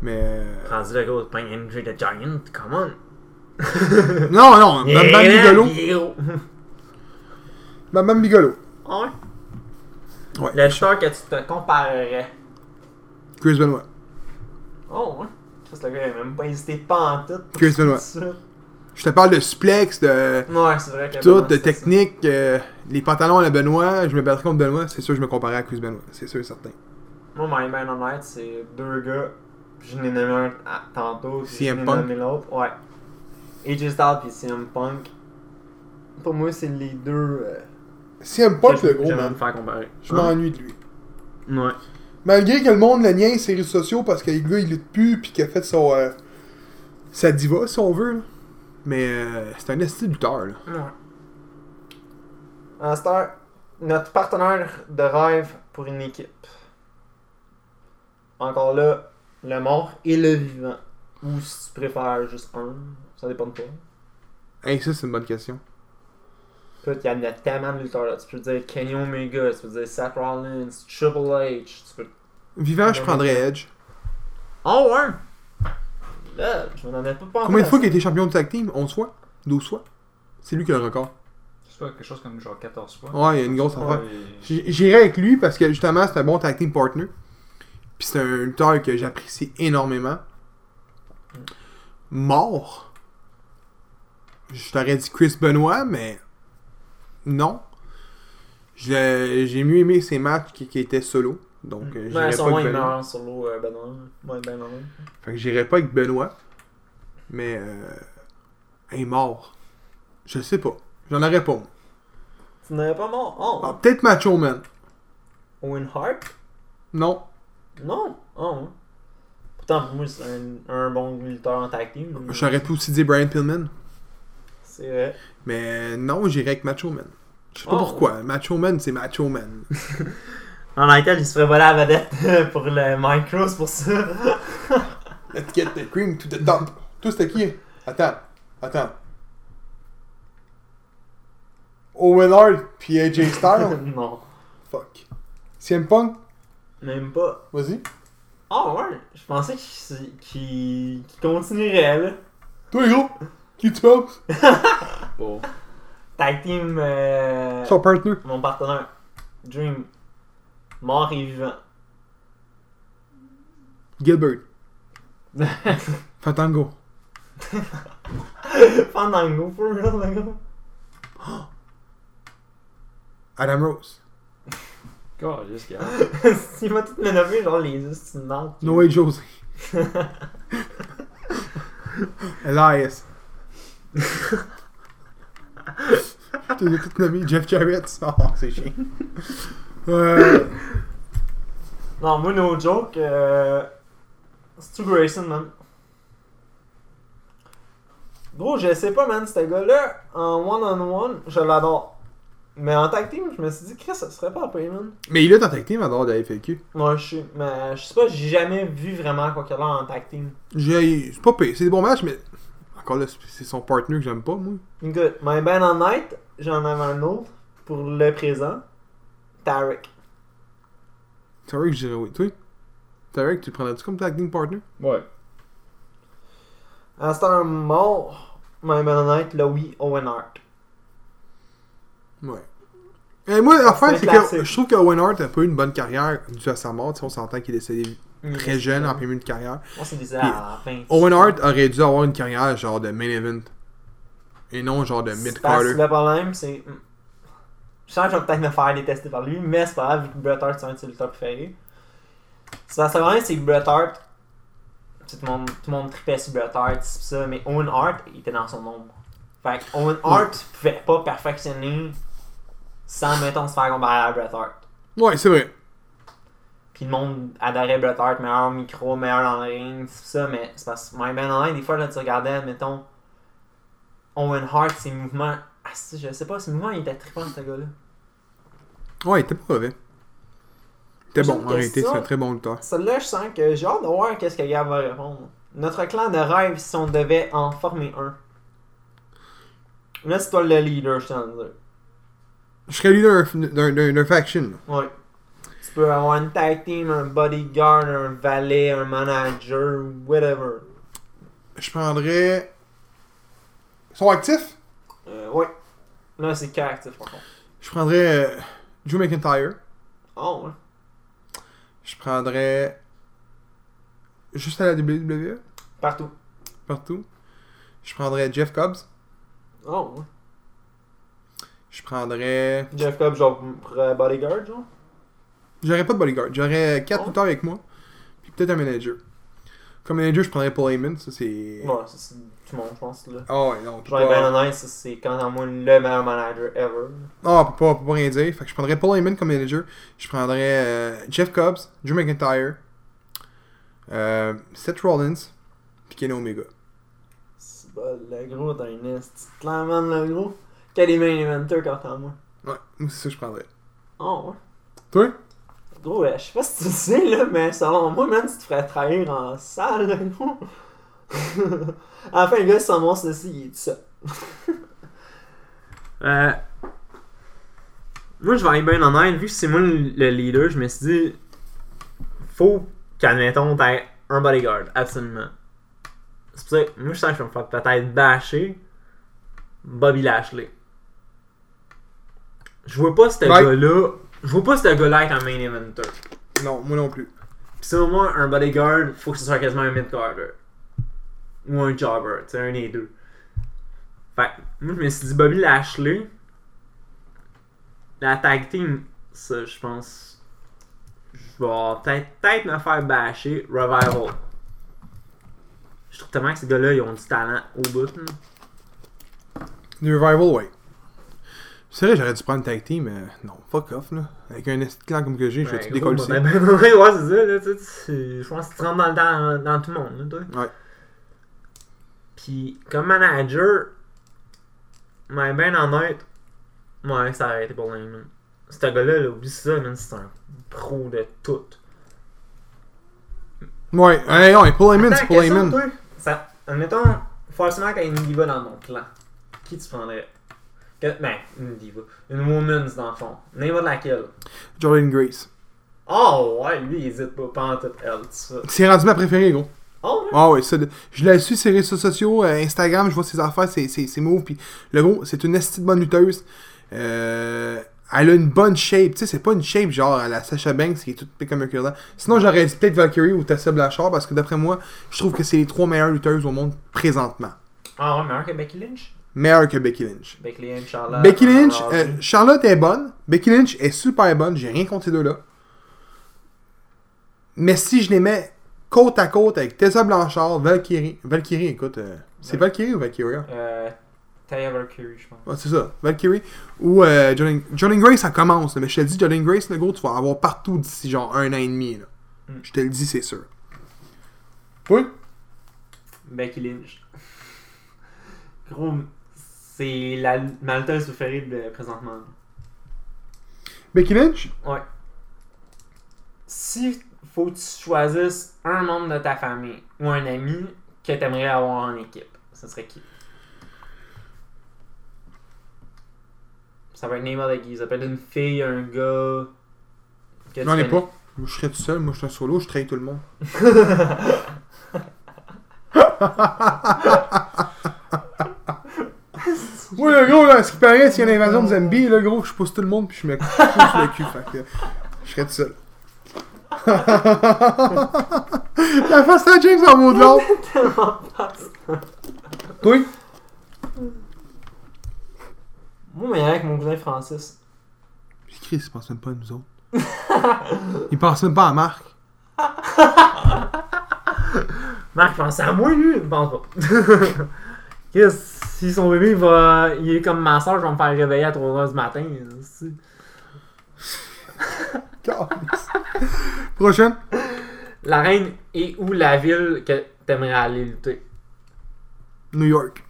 S1: Mais. euh,
S2: Rendu le gros de Pain Andrew the Giant, come on!
S1: [laughs] Non, non, Bam Bam
S2: Yeah,
S1: Bigolo.
S2: Bigolo.
S1: Bam Bam Bigolo.
S2: Ah [laughs] ouais?
S1: Ouais.
S2: Le lutteur que tu te comparerais.
S1: Chris Benoit.
S2: Oh ouais? Parce que le gars, il a même pas hésité pas en tout.
S1: Chris Benoit. Je te parle de suplex, de
S2: Ouais, c'est vrai que.
S1: tout,
S2: Benoît,
S1: de
S2: c'est ça.
S1: technique, euh, les pantalons à la Benoît. Je me battrais contre Benoît, c'est sûr que je me comparais à Chris Benoit. C'est sûr et certain.
S2: Moi, My Man on Night, c'est deux gars. Je n'ai nommé un à- tantôt. puis
S1: CM
S2: je n'ai
S1: Punk.
S2: nommé l'autre. Ouais. AJ Styles puis CM Punk. Pour moi, c'est les deux. euh,
S1: Si aime pas
S2: que
S1: le gros,
S2: j'aimerais
S1: man.
S2: me faire comparer.
S1: Je m'ennuie de lui.
S2: Ouais.
S1: Malgré que le monde le niaise ses réseaux sociaux parce que le gars il lutte plus puis qu'il a fait son. euh, sa diva si on veut. là. Mais euh, c'est un esti de lutteur là.
S2: Ouais. En star, notre partenaire de rêve pour une équipe. Encore là, le mort et le vivant. Ou si tu préfères juste un, ça dépend de toi.
S1: Hey, ça c'est une bonne question.
S2: Écoute, il y en a tellement de lutteurs là. Tu peux dire Kenny Omega, tu peux dire Seth Rollins, Triple H, tu peux.
S1: Vivant, je prendrais Edge.
S2: Oh ouais! Là, je m'en avais pas pensé.
S1: Combien de
S2: à
S1: fois
S2: Ah,
S1: qu'il
S2: ça.
S1: a été champion de tag team 11 fois 12 fois C'est lui qui a le record.
S3: C'est pas quelque chose comme genre 14 fois.
S1: Ouais, il y a une grosse affaire.
S3: Ouais.
S1: J- J'irai avec lui parce que justement c'est un bon tag team partner. Puis c'est un lutteur que j'apprécie énormément. Mort. Je t'aurais dit Chris Benoit, mais non. Je l'ai- J'ai mieux aimé ses matchs qui, qui étaient solo. Donc euh,
S2: Ouais,
S1: j'irais
S2: son
S1: pas,
S2: moins
S1: avec
S2: une
S1: Benoît.
S2: heure sur l'eau, euh, Benoît. Ouais, ben, ben, ben.
S1: Fait que j'irais pas avec Benoît. Mais euh, un mort. Je sais pas. J'en aurais pas. moi.
S2: Tu n'avais pas mort? Oh!
S1: Ah, Peut-être Macho Man.
S2: Owen Hart?
S1: Non.
S2: Non! Oh! ouais. Pourtant, pour moi, c'est un, un bon lutteur en tag team. mais
S1: J'aurais pu aussi dire Brian Pillman.
S2: C'est vrai.
S1: Mais non, j'irai avec Macho Man. Je sais pas
S2: Oh.
S1: pourquoi. Macho Man, c'est Macho Man.
S2: En laquelle il se ferait voler à la vedette [laughs] pour le Minecraft pour ça.
S1: Let's get the cream to the top. Tout c'était qui Attends, attends. Owen Hart puis AJ [laughs] Styles.
S2: [laughs] non.
S1: Fuck. CM Punk,
S2: Même pas.
S1: vas-y.
S2: Ah ouais, je pensais qu'il qu'il- qu'il continuerait là.
S1: Toi, gros, qui tu penses
S3: Bon.
S2: Tag team, euh,
S1: Son partner.
S2: mon partenaire, Dream, mort et vivant. [laughs]
S1: Gilbert. Fatango.
S2: Fandango, for real, [laughs] le gars.
S1: Adam Rose.
S3: God, yes, gars.
S2: Il m'a tout nommé, genre les yeux, c'est une merde.
S1: Noé Jose. Elias. Tu l'as tout nommé Jeff Jarrett. [laughs] Oh, c'est chiant. Euh,
S2: Non, moi, no joke, euh, Stu Grayson, man. Gros, je sais pas, man, ce gars-là, en one-on-one, je l'adore. Mais en tag team, je me suis dit, Chris, ça serait pas payé, man.
S1: mais il a dans tag team en dehors de la FAQ.
S2: Moi, je sais, mais je sais pas, j'ai jamais vu vraiment quoi qu'il a en tag team.
S1: J'ai- C'est pas pire. C'est des bons matchs, mais encore là, c'est son partner que j'aime pas, moi.
S2: Good. My Ben on Night, j'en avais un autre pour le présent. Tarek.
S1: C'est vrai que je dirais oui. Toi, Tarek, tu le prendrais-tu comme tag team partner
S3: Ouais.
S2: À un mort, My Ben on Night, Louis Owen Hart.
S1: Ouais. Et moi, l'affaire,
S2: C'est
S1: c'est
S2: classique.
S1: que je trouve que Owen Hart a pas eu une bonne carrière due à sa mort. Tu sais, on s'entend qu'il est décédé très jeune, en plein milieu de carrière.
S2: Moi, c'est bizarre à la fin.
S1: Owen Hart aurait dû avoir une carrière genre de main event. Et non genre de
S2: C'est
S1: mid
S2: parce que
S1: carter.
S2: Le problème, c'est. hmm. Je sens que je vais peut-être me faire détester par lui, mais c'est pas grave, vu que Bret Hart, c'est un de ses lutteurs préférés. C'est parce que le problème, c'est que Bret Hart. tu sais, Tout le monde, tout le monde tripait sur Bret Hart, c'est ça, mais Owen Hart, il était dans son ombre. Fait que Owen Hart pouvait pas perfectionner sans, mettons, se faire comparer à Bret Hart.
S1: Ouais, c'est vrai.
S2: Puis le monde adorait Bret Hart, meilleur au micro, meilleur dans le ring, tout ça, mais c'est parce que Mike Ben Online, des fois, là, tu regardais, mettons, Owen Hart, ses mouvements. Ah, si, je sais pas, ses mouvements, il était trippant, ce gars-là.
S1: Ouais, il était pas mauvais. Il était
S2: J'ai
S1: bon,
S2: une
S1: en réalité,
S2: question.
S1: c'est un très bon lutteur.
S2: Celle-là, je sens que j'ai hâte de voir qu'est-ce que Gab va répondre. Notre clan de rêve, si on devait en former un. Là, c'est toi le leader, je t'en dire.
S1: Je serais leader d'un- d'un d'un- d'un faction. là.
S2: Ouais. Tu peux avoir un tag team, un bodyguard, un valet, un manager, whatever.
S1: Je prendrais. Ils sont actifs
S2: Euh, ouais. Là, c'est caractif, par contre.
S1: Je prendrais euh, Drew McIntyre.
S2: Oh, ouais.
S1: Je prendrais. Juste à la WWE,
S2: Partout.
S1: partout. Je prendrais Jeff Cobbs.
S2: Oh, ouais.
S1: Je prendrais.
S2: Jeff Cobb, genre, pour euh, bodyguard, genre.
S1: J'aurais pas de bodyguard. J'aurais 4
S2: Oh.
S1: lutteurs avec moi. Puis peut-être un manager. Comme manager, je prendrais Paul Heyman. Ça, c'est.
S2: Ouais, ça, c'est tout le monde, je pense, là.
S1: Ah oh, ouais, non. on peut
S2: Genre,
S1: pas-
S2: Ben Honnête, ça, c'est quand même moi le meilleur manager ever.
S1: Ah, on peut pas, on peut pas rien dire. Fait que je prendrais Paul Heyman comme manager. Je prendrais euh, Jeff Cobbs, Drew McIntyre, euh, Seth Rollins, puis Kenny Omega.
S2: C'est bon, le gros d'un nest. Clairement, le gros. Quel des main inventor quant à moi.
S1: Ouais, moi, c'est ça que je prendrais.
S2: Oh, ouais.
S1: Toi
S2: Gros, euh, je sais pas si tu le sais, là, mais selon moi, même tu te ferais trahir en salle, là, gros. enfin, le gars, sans mon ceci, il est tout seul. [laughs] euh, moi, je vais aller bien en aide. Vu que c'est moi le le leader, je me suis dit, faut qu'admettons, t'aies un bodyguard, absolument. C'est pour ça que moi, je sens que je vais me faire peut-être bâcher Bobby Lashley. Je vois pas ce
S1: Ouais.
S2: gars-là. Je vois pas ce gars-là être un main inventor.
S1: Non, moi non plus.
S2: Pis au moins, un bodyguard, faut que ce soit quasiment un mid-carder. Ou un jobber, tu sais, un des deux. Fait que, moi, je me suis dit Bobby Lashley. La tag team, ça, je pense. Je vais peut-être peut-être me faire bâcher Revival. Je trouve tellement que ces gars-là, ils ont du talent au bout. là.
S1: The Revival, ouais. C'est vrai, j'aurais dû prendre tag team, mais non, fuck off, là. Avec un esti de clan comme que j'ai, je vais tout
S2: Ben,
S1: décoller
S2: gros,
S1: ici.
S2: ben, [laughs] ben, ouais, ouais, c'est ça, là, tu sais, tu- je pense que tu rentres dans, le temps- dans tout le monde, là, toi.
S1: Ouais.
S2: Puis, comme manager, mais ben honnête, ouais, ça aurait été pour Heyman. Ce gars-là, là, oublie ça, man, c'est un pro de tout.
S1: Ouais, hey, non, et Paul Heyman,
S2: Attends,
S1: c'est Paul
S2: question,
S1: Heyman.
S2: toi. Ça, admettons, forcément, quand il y a une diva dans mon clan, qui tu prendrais? Que, ben, une diva. Une woman's, dans le fond. N'importe laquelle.
S1: Jordan Grace.
S2: Oh, ouais, lui, il hésite pas, pas en tout elle, tout ça.
S1: C'est rendu ma préférée, gros.
S2: Oh, ouais.
S1: Ah ouais, ça, je la suis sur les réseaux sociaux, euh, Instagram, je vois ses affaires, ses, ses, ses moves, puis le gros, c'est une esti de bonne lutteuse. Euh, elle a une bonne shape, tu sais, c'est pas une shape genre à la Sasha Banks qui est toute piquée comme un cure Sinon, j'aurais dit peut-être Valkyrie ou Tessa Blanchard, parce que d'après moi, je trouve que c'est les trois meilleures lutteuses au monde présentement.
S2: Ah ouais, meilleur que Becky Lynch.
S1: Meilleures que Becky Lynch.
S2: Becky Lynch, Charlotte.
S1: Becky Lynch,
S2: Ronda
S1: euh,
S2: Rousey.
S1: Charlotte est bonne, Becky Lynch est super bonne, j'ai rien contre ces deux-là. Mais si je les mets côte à côte avec Tessa Blanchard, Valkyrie, Valkyrie, écoute, euh, c'est
S2: Ouais.
S1: Valkyrie ou Valkyrie? hein?
S2: Euh, Taya Valkyrie, je pense.
S1: Ouais, c'est ça, Valkyrie. Ou euh, Jolene Jolene Grace, ça commence. là, mais je te le dis, Jolene Grace, le gros, tu vas en avoir partout d'ici genre un an et demi. Là.
S2: Mm.
S1: Je te le dis, c'est sûr. Oui?
S2: Becky Lynch. [laughs] Gros, c'est la malteuse préférée de présentement.
S1: Becky Lynch?
S2: Ouais. Si faut que tu choisisses un membre de ta famille ou un ami que t'aimerais avoir en équipe, ce serait qui? Ça va être n'importe qui. Ça peut être une fille, un gars. que tu
S1: J'en ai
S2: [laughs] connais.
S1: pas. Moi, Je serais tout seul, moi je suis un solo, je trahis tout le monde. Oui, le gros, là, ce qui paraît, s'il y a une invasion de Zambie, le gros, je pousse tout le monde puis je me couche sur le cul. Fait que je serais tout seul. [laughs] La face à James en mot de l'ordre. Oui.
S2: Moi, mais avec mon cousin Francis.
S1: Puis Chris, il pense même pas à nous autres. il pense même pas à Marc.
S2: [laughs] Marc pense à moi, lui, il pense pas. Yes. Si son bébé va. Il est comme ma soeur, je vais me faire réveiller à 3h du matin. là, aussi.
S1: Calisse. Prochaine.
S2: La reine et ou la ville que t'aimerais aller lutter.
S1: New York.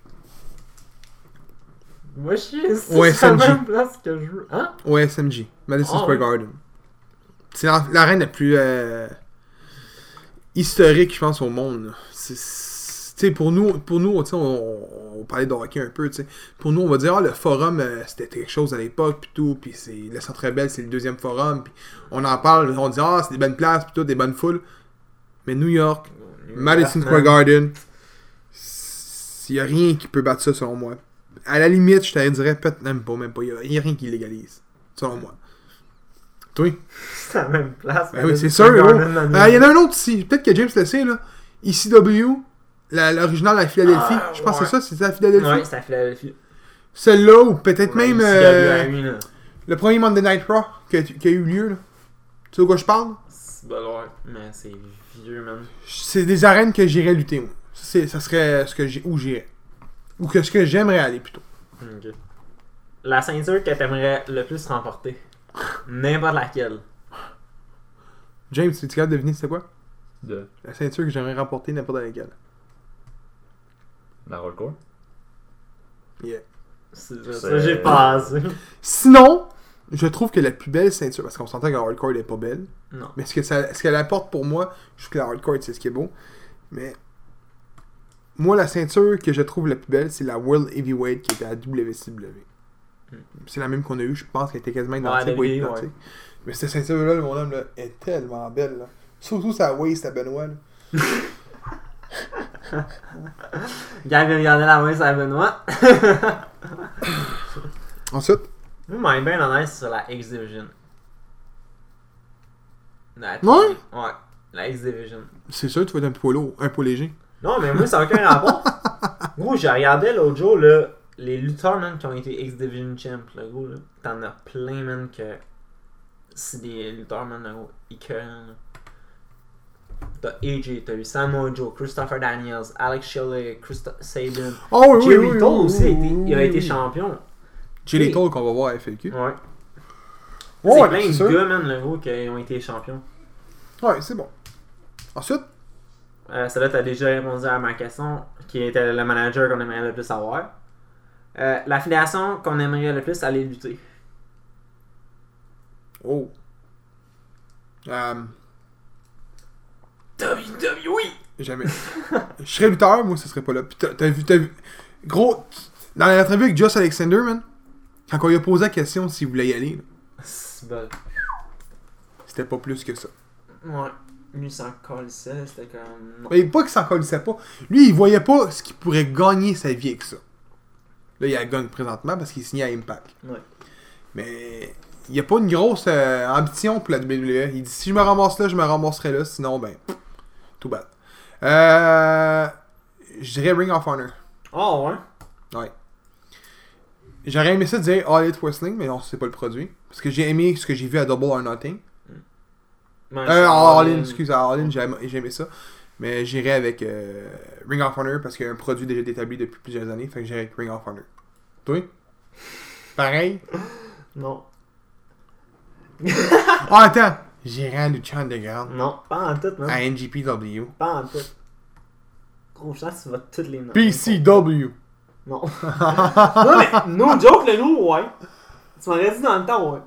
S2: Moi, je suis ici,
S1: Ouais,
S2: c'est la
S1: SMG.
S2: même place que je veux. Hein?
S1: Au SMG. Madison
S2: Ah,
S1: Square
S2: ouais.
S1: Garden. C'est la, la reine la plus euh, historique, je pense, au monde. là. C'est- c'est- tu sais, pour nous, pour nous tu sais, on, on parlait de hockey un peu. tu sais. Pour nous, on va dire, ah, le forum, euh, c'était quelque chose à l'époque, puis tout, puis c'est le Centre Bell, c'est le deuxième forum, puis on en parle, on dit, ah, c'est des bonnes places, puis tout, des bonnes foules. Mais New York, Madison Square Garden, il n'y a rien qui peut battre ça, selon moi. À la limite, je te dirais, peut-être même pas, même pas, il n'y a, rien qui l'égalise, selon moi. Toi?
S2: C'est la même place.
S1: Ben oui, c'est
S2: Madison
S1: sûr,
S2: Square
S1: gros.
S2: Garden, la
S1: Euh, Il
S2: même-
S1: y en a un autre ici, peut-être que James le sait, là. ICW, la- l'original à Philadelphie,
S2: Ah,
S1: je pense que
S2: ouais.
S1: c'est ça, c'était à Philadelphie.
S2: Ouais, c'est à Philadelphie.
S1: Celle-là, ou peut-être même
S2: Ouais, E
S1: euh,
S2: CWI, là.
S1: le premier Monday Night Raw qui a, qui a eu lieu, là. Tu sais de quoi je parle?
S2: C'est bah ouais, mais c'est vieux, man.
S1: C'est des arènes que j'irais lutter, moi. Ça, c'est- ça serait ce que j'ai- où j'irais. Ou que ce que j'aimerais aller, plutôt.
S2: Ok. La ceinture que t'aimerais le plus remporter. N'importe laquelle.
S1: James, tu es capable de deviner c'est quoi?
S3: De
S1: La ceinture que j'aimerais remporter n'importe laquelle.
S3: la record.
S2: C'est
S3: C'est-
S2: ça, j'ai passé.
S1: Sinon, je trouve que la plus belle ceinture, parce qu'on s'entend que la hardcore elle est pas belle,
S2: [laughs] Non.
S1: mais ce que ça- ce qu'elle apporte pour moi, je trouve que la hardcore c'est ce qui est beau. Mais moi, la ceinture que je trouve la plus belle, c'est la World Heavyweight qui était à WCW.
S2: Hmm.
S1: C'est la même qu'on a eu, je pense qu'elle était quasiment
S2: Ouais,
S1: identique.
S2: la
S1: oui,
S2: vieille,
S1: identique. Mais cette ceinture-là, le mon homme, là, est tellement belle. Là. Surtout sa waist à Benoît. là.
S2: Gab, il regardait la main sur [laughs] Benoît.
S1: Ensuite,
S2: Moi, m'en bien en l'air sur la X-Division. La-
S1: Ouais?
S2: Ouais, la X-Division.
S1: c'est sûr, tu vas être un peu lourd, un peu léger.
S2: Non, mais moi, ça n'a [laughs] aucun rapport. gros, j'ai regardé l'autre jour, là, les lutteurs, man, qui ont été X-Division Champ, là, gros, là. T'en as plein, man, que. C'est des lutteurs, man, là, gros, écœurants, là. T'as AJ, t'as eu Samoa Joe, Christopher Daniels, Alex Shelley, Christo Sabin.
S1: Oh oui,
S2: Jerry Toll aussi, a été- il a été champion.
S1: Jerry
S2: Oui.
S1: Toll qu'on va voir à FLQ.
S2: Ouais.
S1: Ouais,
S2: c'est
S1: ben,
S2: plein
S1: c'est
S2: de
S1: sûr.
S2: gars, man, là, gros, qui ont été champions.
S1: Ouais, c'est bon. Ensuite,
S2: Euh, Celle-là, t'as déjà répondu à ma question, qui était le manager qu'on aimerait le plus avoir. Euh, la fédération qu'on aimerait le plus aller lutter.
S1: oh. Euh,
S2: WWE!
S1: [laughs] jamais. Je serais lutteur, moi, ce serait pas là. Puis t'as- t'as vu, t'as vu. Gros, dans l'interview avec Joss Alexander, man, quand on lui a posé la question s'il voulait y aller, là,
S2: C'est bon.
S1: c'était pas plus que ça.
S2: Ouais. Lui, il s'en colissait, c'était comme. Non.
S1: Mais pas qu'il s'en connaissait pas. Lui, il voyait pas ce qu'il pourrait gagner sa vie avec ça. Là, il la gagne présentement parce qu'il signe à Impact.
S2: Ouais.
S1: Mais il n'y a pas une grosse euh, ambition pour la WWE. Il dit si je me ramasse là, je me ramasserai là. Sinon, ben, pff, tout bad. Euh, je dirais Ring of Honor.
S2: Oh, ouais.
S1: J'aurais aimé ça dire All Elite Wrestling, mais non, c'est pas le produit. Parce que j'ai aimé ce que j'ai vu à Double or Nothing.
S2: Ben,
S1: Euh,
S2: c'est-
S1: à All In, excuse, à All In, j'ai aimé- j'ai aimé ça. Mais j'irai avec euh, Ring of Honor parce qu'il y a un produit déjà établi depuis plusieurs années. Fait que j'irai avec Ring of Honor. Toi Pareil
S2: Non.
S1: Ah, attends J'irai à Lucha Underground.
S2: Non. Pas en tout, man.
S1: À NGPW.
S2: Pas en tout. Gros chance, tu vas toutes les
S1: [laughs]
S2: noms.
S1: PCW.
S2: Non. non, mais no joke, le loup, ouais. Tu m'aurais dit dans le temps, ouais.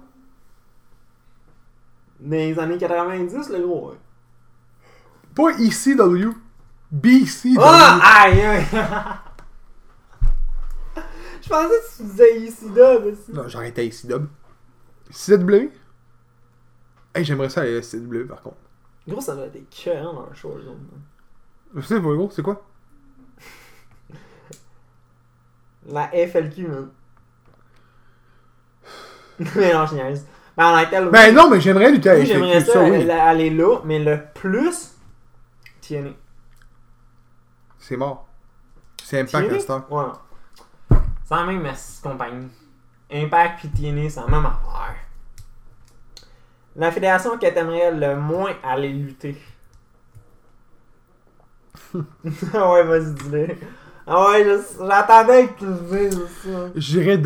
S2: Mais les années 90, le gros, ouais.
S1: Pas ICW. BCW.
S2: Ah! Aïe, aïe! Je pensais que tu disais ici, là, mais c'est-
S1: Non, E j'arrête à ICW. CW Hey, j'aimerais ça aller à CW par contre.
S2: Gros, ça doit être des cœurs, hein, leur show, eux autres,
S1: Tu
S2: man.
S1: sais, gros, c'est quoi
S2: La FLQ, man. [laughs] mais non, je niaise. Ben, en tant que tel, oui.
S1: Ben non, mais j'aimerais lutter
S2: Oui,
S1: avec
S2: j'aimerais
S1: FAQ,
S2: ça,
S1: oui.
S2: la- aller là, mais le plus. TNA.
S1: C'est mort. C'est Impact
S2: TNA?
S1: à cette heure.
S2: Ouais. C'est la même astuce de compagnie. Impact puis TNA, c'est la même affaire. La fédération que t'aimerais le moins aller [laughs] lutter. ouais, vas-y, dis-le. Ah ouais, je- j'attendais que tu le dises ça.
S1: J'irais E,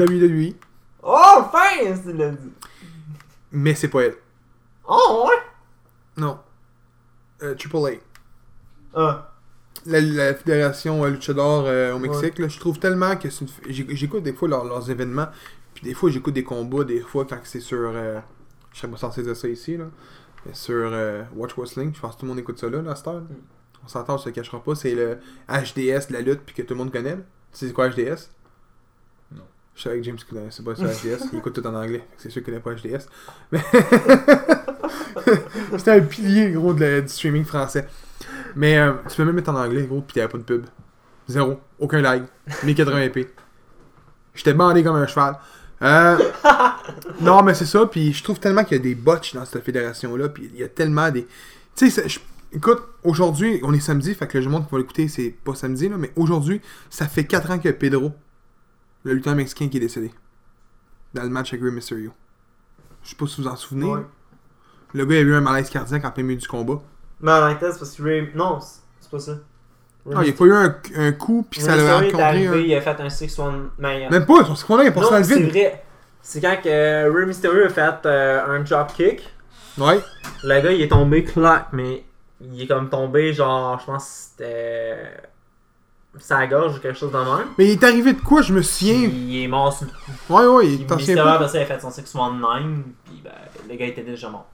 S1: WWE,
S2: Oh, fin, tu l'as dit.
S1: mais c'est pas elle.
S2: Oh, ouais.
S1: Non. Euh, Triple A.
S2: Ah,
S1: La, la fédération euh, Luchador euh, au
S2: Ouais.
S1: Mexique, là, je trouve tellement que c'est une f- j'éc- J'écoute des fois leurs, leurs événements, puis des fois j'écoute des combats, des fois quand c'est sur. euh, je serais pas censé dire ça ici, là. mais sur euh, Watch Wrestling, je pense que tout le monde écoute ça là, là, à cette heure. là. On s'entend, on se le cachera pas. C'est le HDS de la lutte, puis que tout le monde connaît. là. Tu sais quoi HDS
S3: Non.
S1: Je savais que James connaît- c'est pas ça HDS, il écoute tout en anglais, fait que c'est sûr qu'il connaît pas [laughs] HDS. Mais. C'était un pilier, gros, de la- du streaming français. Mais euh, tu peux même mettre en anglais, gros, pis t'avais pas de pub. Zéro. Aucun lag. 1080p. J'étais bandé comme un cheval. Euh, non, mais c'est ça, puis je trouve tellement qu'il y a des botches dans cette fédération-là, puis il y a tellement des. Tu sais, ça- je- écoute, aujourd'hui, on est samedi, fait que le monde qui va l'écouter, c'est pas samedi, là, mais aujourd'hui, ça fait 4 ans que Pedro, le lutteur mexicain, qui est décédé. Dans le match avec Rey Mysterio. Je sais pas si vous vous en souvenez.
S2: Ouais.
S1: là. Le gars a eu un malaise cardiaque en plein milieu du combat.
S2: mais en même temps, c'est parce que Ray. Non, c'est c'est pas ça.
S1: Non, Ah, il a pas eu un, un coup, puis ça
S2: Ray
S1: l'avait
S2: Mysterio est
S1: rencontré.
S2: arrivé,
S1: un-
S2: il a fait un 6-1. Mais, euh,
S1: Même pas, sur ce qu'on a, il a passé dans
S2: non,
S1: le
S2: c'est
S1: vide.
S2: vrai. C'est quand que euh, Ray Mysterio a fait euh, un drop kick.
S1: Ouais.
S2: Le gars, il est tombé clac, mais il est comme tombé, genre, je pense que c'était. Sa gorge ou quelque chose de même.
S1: Mais il est arrivé de quoi, je me souviens.
S2: Il est mort sur le
S1: Ouais, ouais, il
S2: Puis
S1: est ancien
S2: Mysterio,
S1: peu.
S2: après ça, il a fait son 619, puis ben, le gars était déjà mort.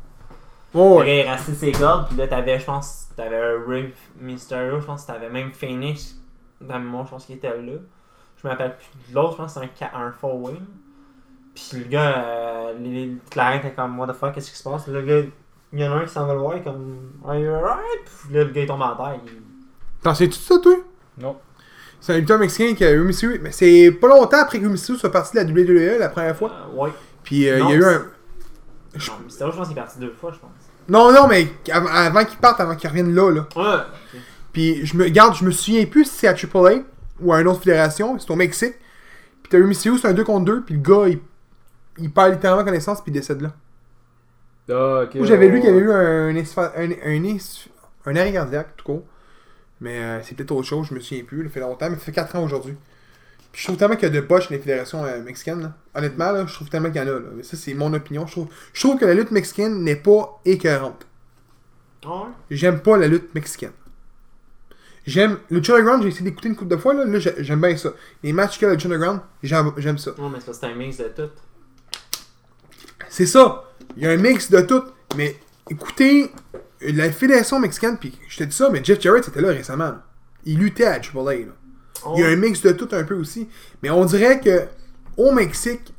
S1: Oh,
S2: Le
S1: ouais.
S2: gars, il rassait ses cordes, puis là, t'avais, je pense, t'avais un Ray Mysterio, je pense, que t'avais même Finish, dans le moment, je pense qu'il était là. Je m'appelle plus de l'autre, je pense, que c'est un, ca- un four wing. Puis le gars, euh, les- les- toute la reine était comme, what the fuck, qu'est-ce qui se passe? Le gars, il y en a un qui s'en va le voir, il est comme, are you alright? Puis là, le gars, il tombe à terre. il-
S1: T'en sais-tu de ça, toi
S3: Non.
S1: C'est un lutteur mexicain qui a eu Mysterio. Mais c'est pas longtemps après que Mysterio soit parti de la WWE la première fois.
S2: Euh, ouais.
S1: Puis euh,
S2: Non,
S1: il y a eu
S2: c'est-
S1: un. Je-
S2: Non, Mysterio, je pense qu'il est parti deux fois, je pense.
S1: Non, non, mais av- avant qu'il parte, avant qu'il revienne là, là.
S2: Ouais.
S1: Puis je me garde, je me souviens plus si c'est à AAA ou à une autre fédération, c'est au Mexique. Puis t'as eu Mysterio, c'est un 2 contre 2, puis le gars, il, il perd littéralement connaissance, puis il décède là.
S3: Ah, ok.
S1: Moi, j'avais lu qu'il y avait eu
S3: ouais.
S1: un, insfa- un, un, ins- un arrêt cardiaque, tout court. Mais euh, c'est peut-être autre chose, je me souviens plus, il fait longtemps, mais ça fait 4 ans aujourd'hui. Puis je trouve tellement qu'il y a de poches dans les fédérations euh, mexicaines. là. Honnêtement, là, je trouve tellement qu'il y en a. Là. Mais ça, c'est mon opinion. Je trouve, je trouve que la lutte mexicaine n'est pas écœurante.
S2: Ah Ouais.
S1: J'aime pas la lutte mexicaine. J'aime. Le Channel Ground, j'ai essayé d'écouter une couple de fois. Là, là j'ai- j'aime bien ça. Les matchs qu'il y a le Channel Ground, j'aime j'aime ça.
S2: Non, mais c'est parce que c'est un mix de tout.
S1: C'est ça. Il y a un mix de tout. Mais écoutez, la fédération mexicaine, puis je t'ai dit ça, mais Jeff Jarrett était là récemment. là. Il luttait à AAA. Là. Il y a un mix de tout un peu aussi. Mais on dirait que au Mexique,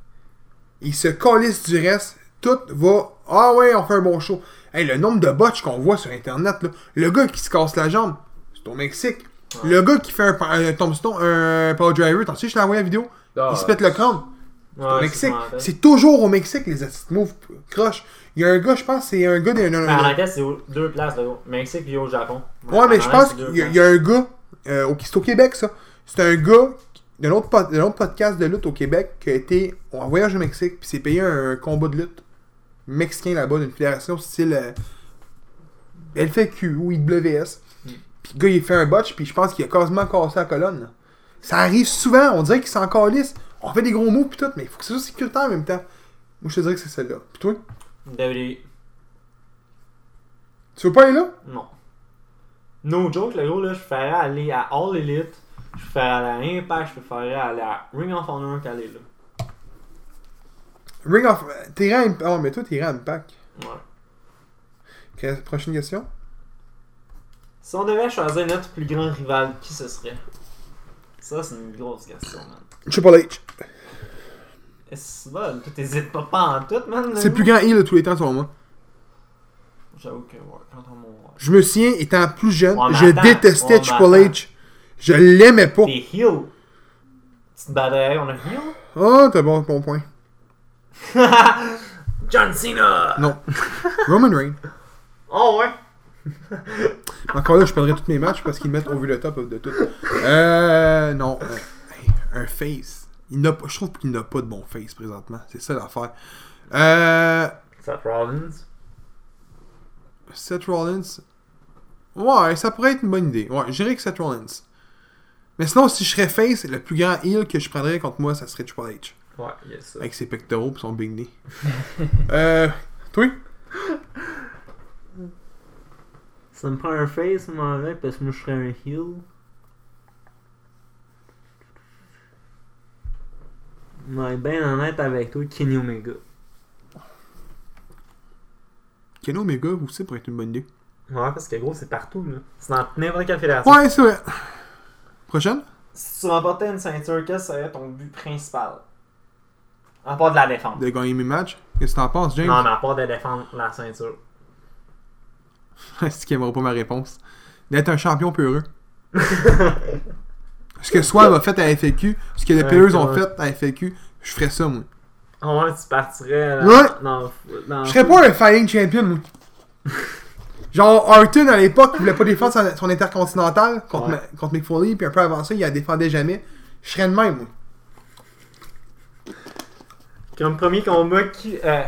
S1: ils se calissent du reste. Tout va. Ah ouais, on fait un bon show. Hey, le nombre de botches qu'on voit sur Internet, là. le gars qui se casse la jambe, c'est au Mexique. Le gars qui fait un, pa- un tombstone, un power driver, t'en sais, je t'ai envoyé la vidéo.
S3: Ah,
S1: il se pète le crâne.
S2: Ouais,
S1: Au
S2: c'est
S1: Mexique.
S2: vraiment vrai.
S1: C'est toujours au Mexique, les petites moves croches. Il y a un gars, je pense, c'est un gars d'un. un-
S2: Mais en
S1: un-
S2: même temps, c'est aux deux places, là. Au Mexique et au Japon.
S1: Euh, Ouais, mais je pense qu'il
S2: qu'il
S1: y, a- il y a un gars, euh, au- c'est au Québec, ça. C'est un gars d'un autre, pod- d'un autre podcast de lutte au Québec qui a été en voyage au Mexique, puis s'est payé un combat de lutte mexicain là-bas d'une fédération style euh, LFQ ou IWS. Puis le gars, il fait un botch, puis je pense qu'il a quasiment cassé la colonne. là. Ça arrive souvent, on dirait qu'il s'en calisse. On fait des gros mots, puis tout, mais il faut que ce soit sécuritaire en même temps. Moi, je te dirais que c'est celle-là. Puis toi,
S2: WWE.
S1: tu veux pas aller là?
S2: Non. No joke, le gros, là, je ferais aller à All Elite, je ferais aller à Impact, je ferais aller à Ring of Honor qu'aller là.
S1: Ring of... T'es à Impact. Oh, mais toi, t'es à Impact.
S2: Ouais.
S1: Que- Prochaine question.
S2: Si on devait choisir notre plus grand rival, qui ce serait Ça, c'est une grosse question, man.
S1: Triple H.
S2: Est-ce bon, tu t'hésites pas, pas en tout, man.
S1: C'est le
S2: là.
S1: plus grand heel de tous les temps, selon moi.
S2: J'avoue que, ouais, quand on m'a.
S1: Je me souviens, étant plus jeune,
S2: Ouais, mais
S1: je
S2: attends.
S1: détestais
S2: Ouais, mais
S1: Triple
S2: attends.
S1: H. Je l'aimais pas.
S2: T'es heel. Tu te battais, on a heel
S1: Oh, t'as bon, bon point.
S2: [laughs] John Cena [laughs]
S1: Non. Roman Reigns.
S2: Oh, ouais.
S1: Encore là, je perdrais tous mes matchs parce qu'ils mettent au vu le top de tout. Euh, non. Euh, hey, un face. Il n'a pas, je trouve qu'il n'a pas de bon face présentement. C'est ça l'affaire. Euh,
S2: Seth Rollins.
S1: Seth Rollins. Ouais, ça pourrait être une bonne idée. Ouais, je dirais que Seth Rollins. Mais sinon, si je serais face, le plus grand heal que je prendrais contre moi, ça serait Triple H.
S2: Ouais, il y a ça.
S1: Avec ses pectoraux pis son big knee. [laughs] euh. Toi
S2: Ça me prend un face, moi, avec, parce que moi, je serais un heal. Ouais, ben honnête avec toi, Kenny Omega.
S1: Kenny Omega aussi pourrait être une bonne idée.
S2: Ouais, parce que gros, c'est partout, là. C'est dans n'importe quelle fédération.
S1: Ouais, c'est vrai. Prochaine
S2: Si tu remportais une ceinture, quel serait ton but principal À part de la défendre.
S1: De gagner mes matchs. Qu'est-ce que t'en penses, James
S2: Non, mais à part de défendre
S1: [laughs]
S2: la ceinture.
S1: Est-ce qu'il aimera pas ma réponse? D'être un champion peu heureux. ce que Swab a fait à FAQ, ce que les
S2: Ouais,
S1: Pillars ont
S2: ouais.
S1: fait à FAQ, je ferais ça, moi.
S2: Oh, ouais, tu partirais. Là,
S1: Ouais.
S2: Non, non.
S1: Je serais pas un fighting champion, moi. [laughs] Genre, Orton à l'époque, il voulait pas défendre son, son intercontinental contre,
S2: Ouais.
S1: Ma- contre Mick Foley, puis un peu avant ça, il la défendait jamais. Je serais le même, moi.
S2: Comme premier combat qui. Euh...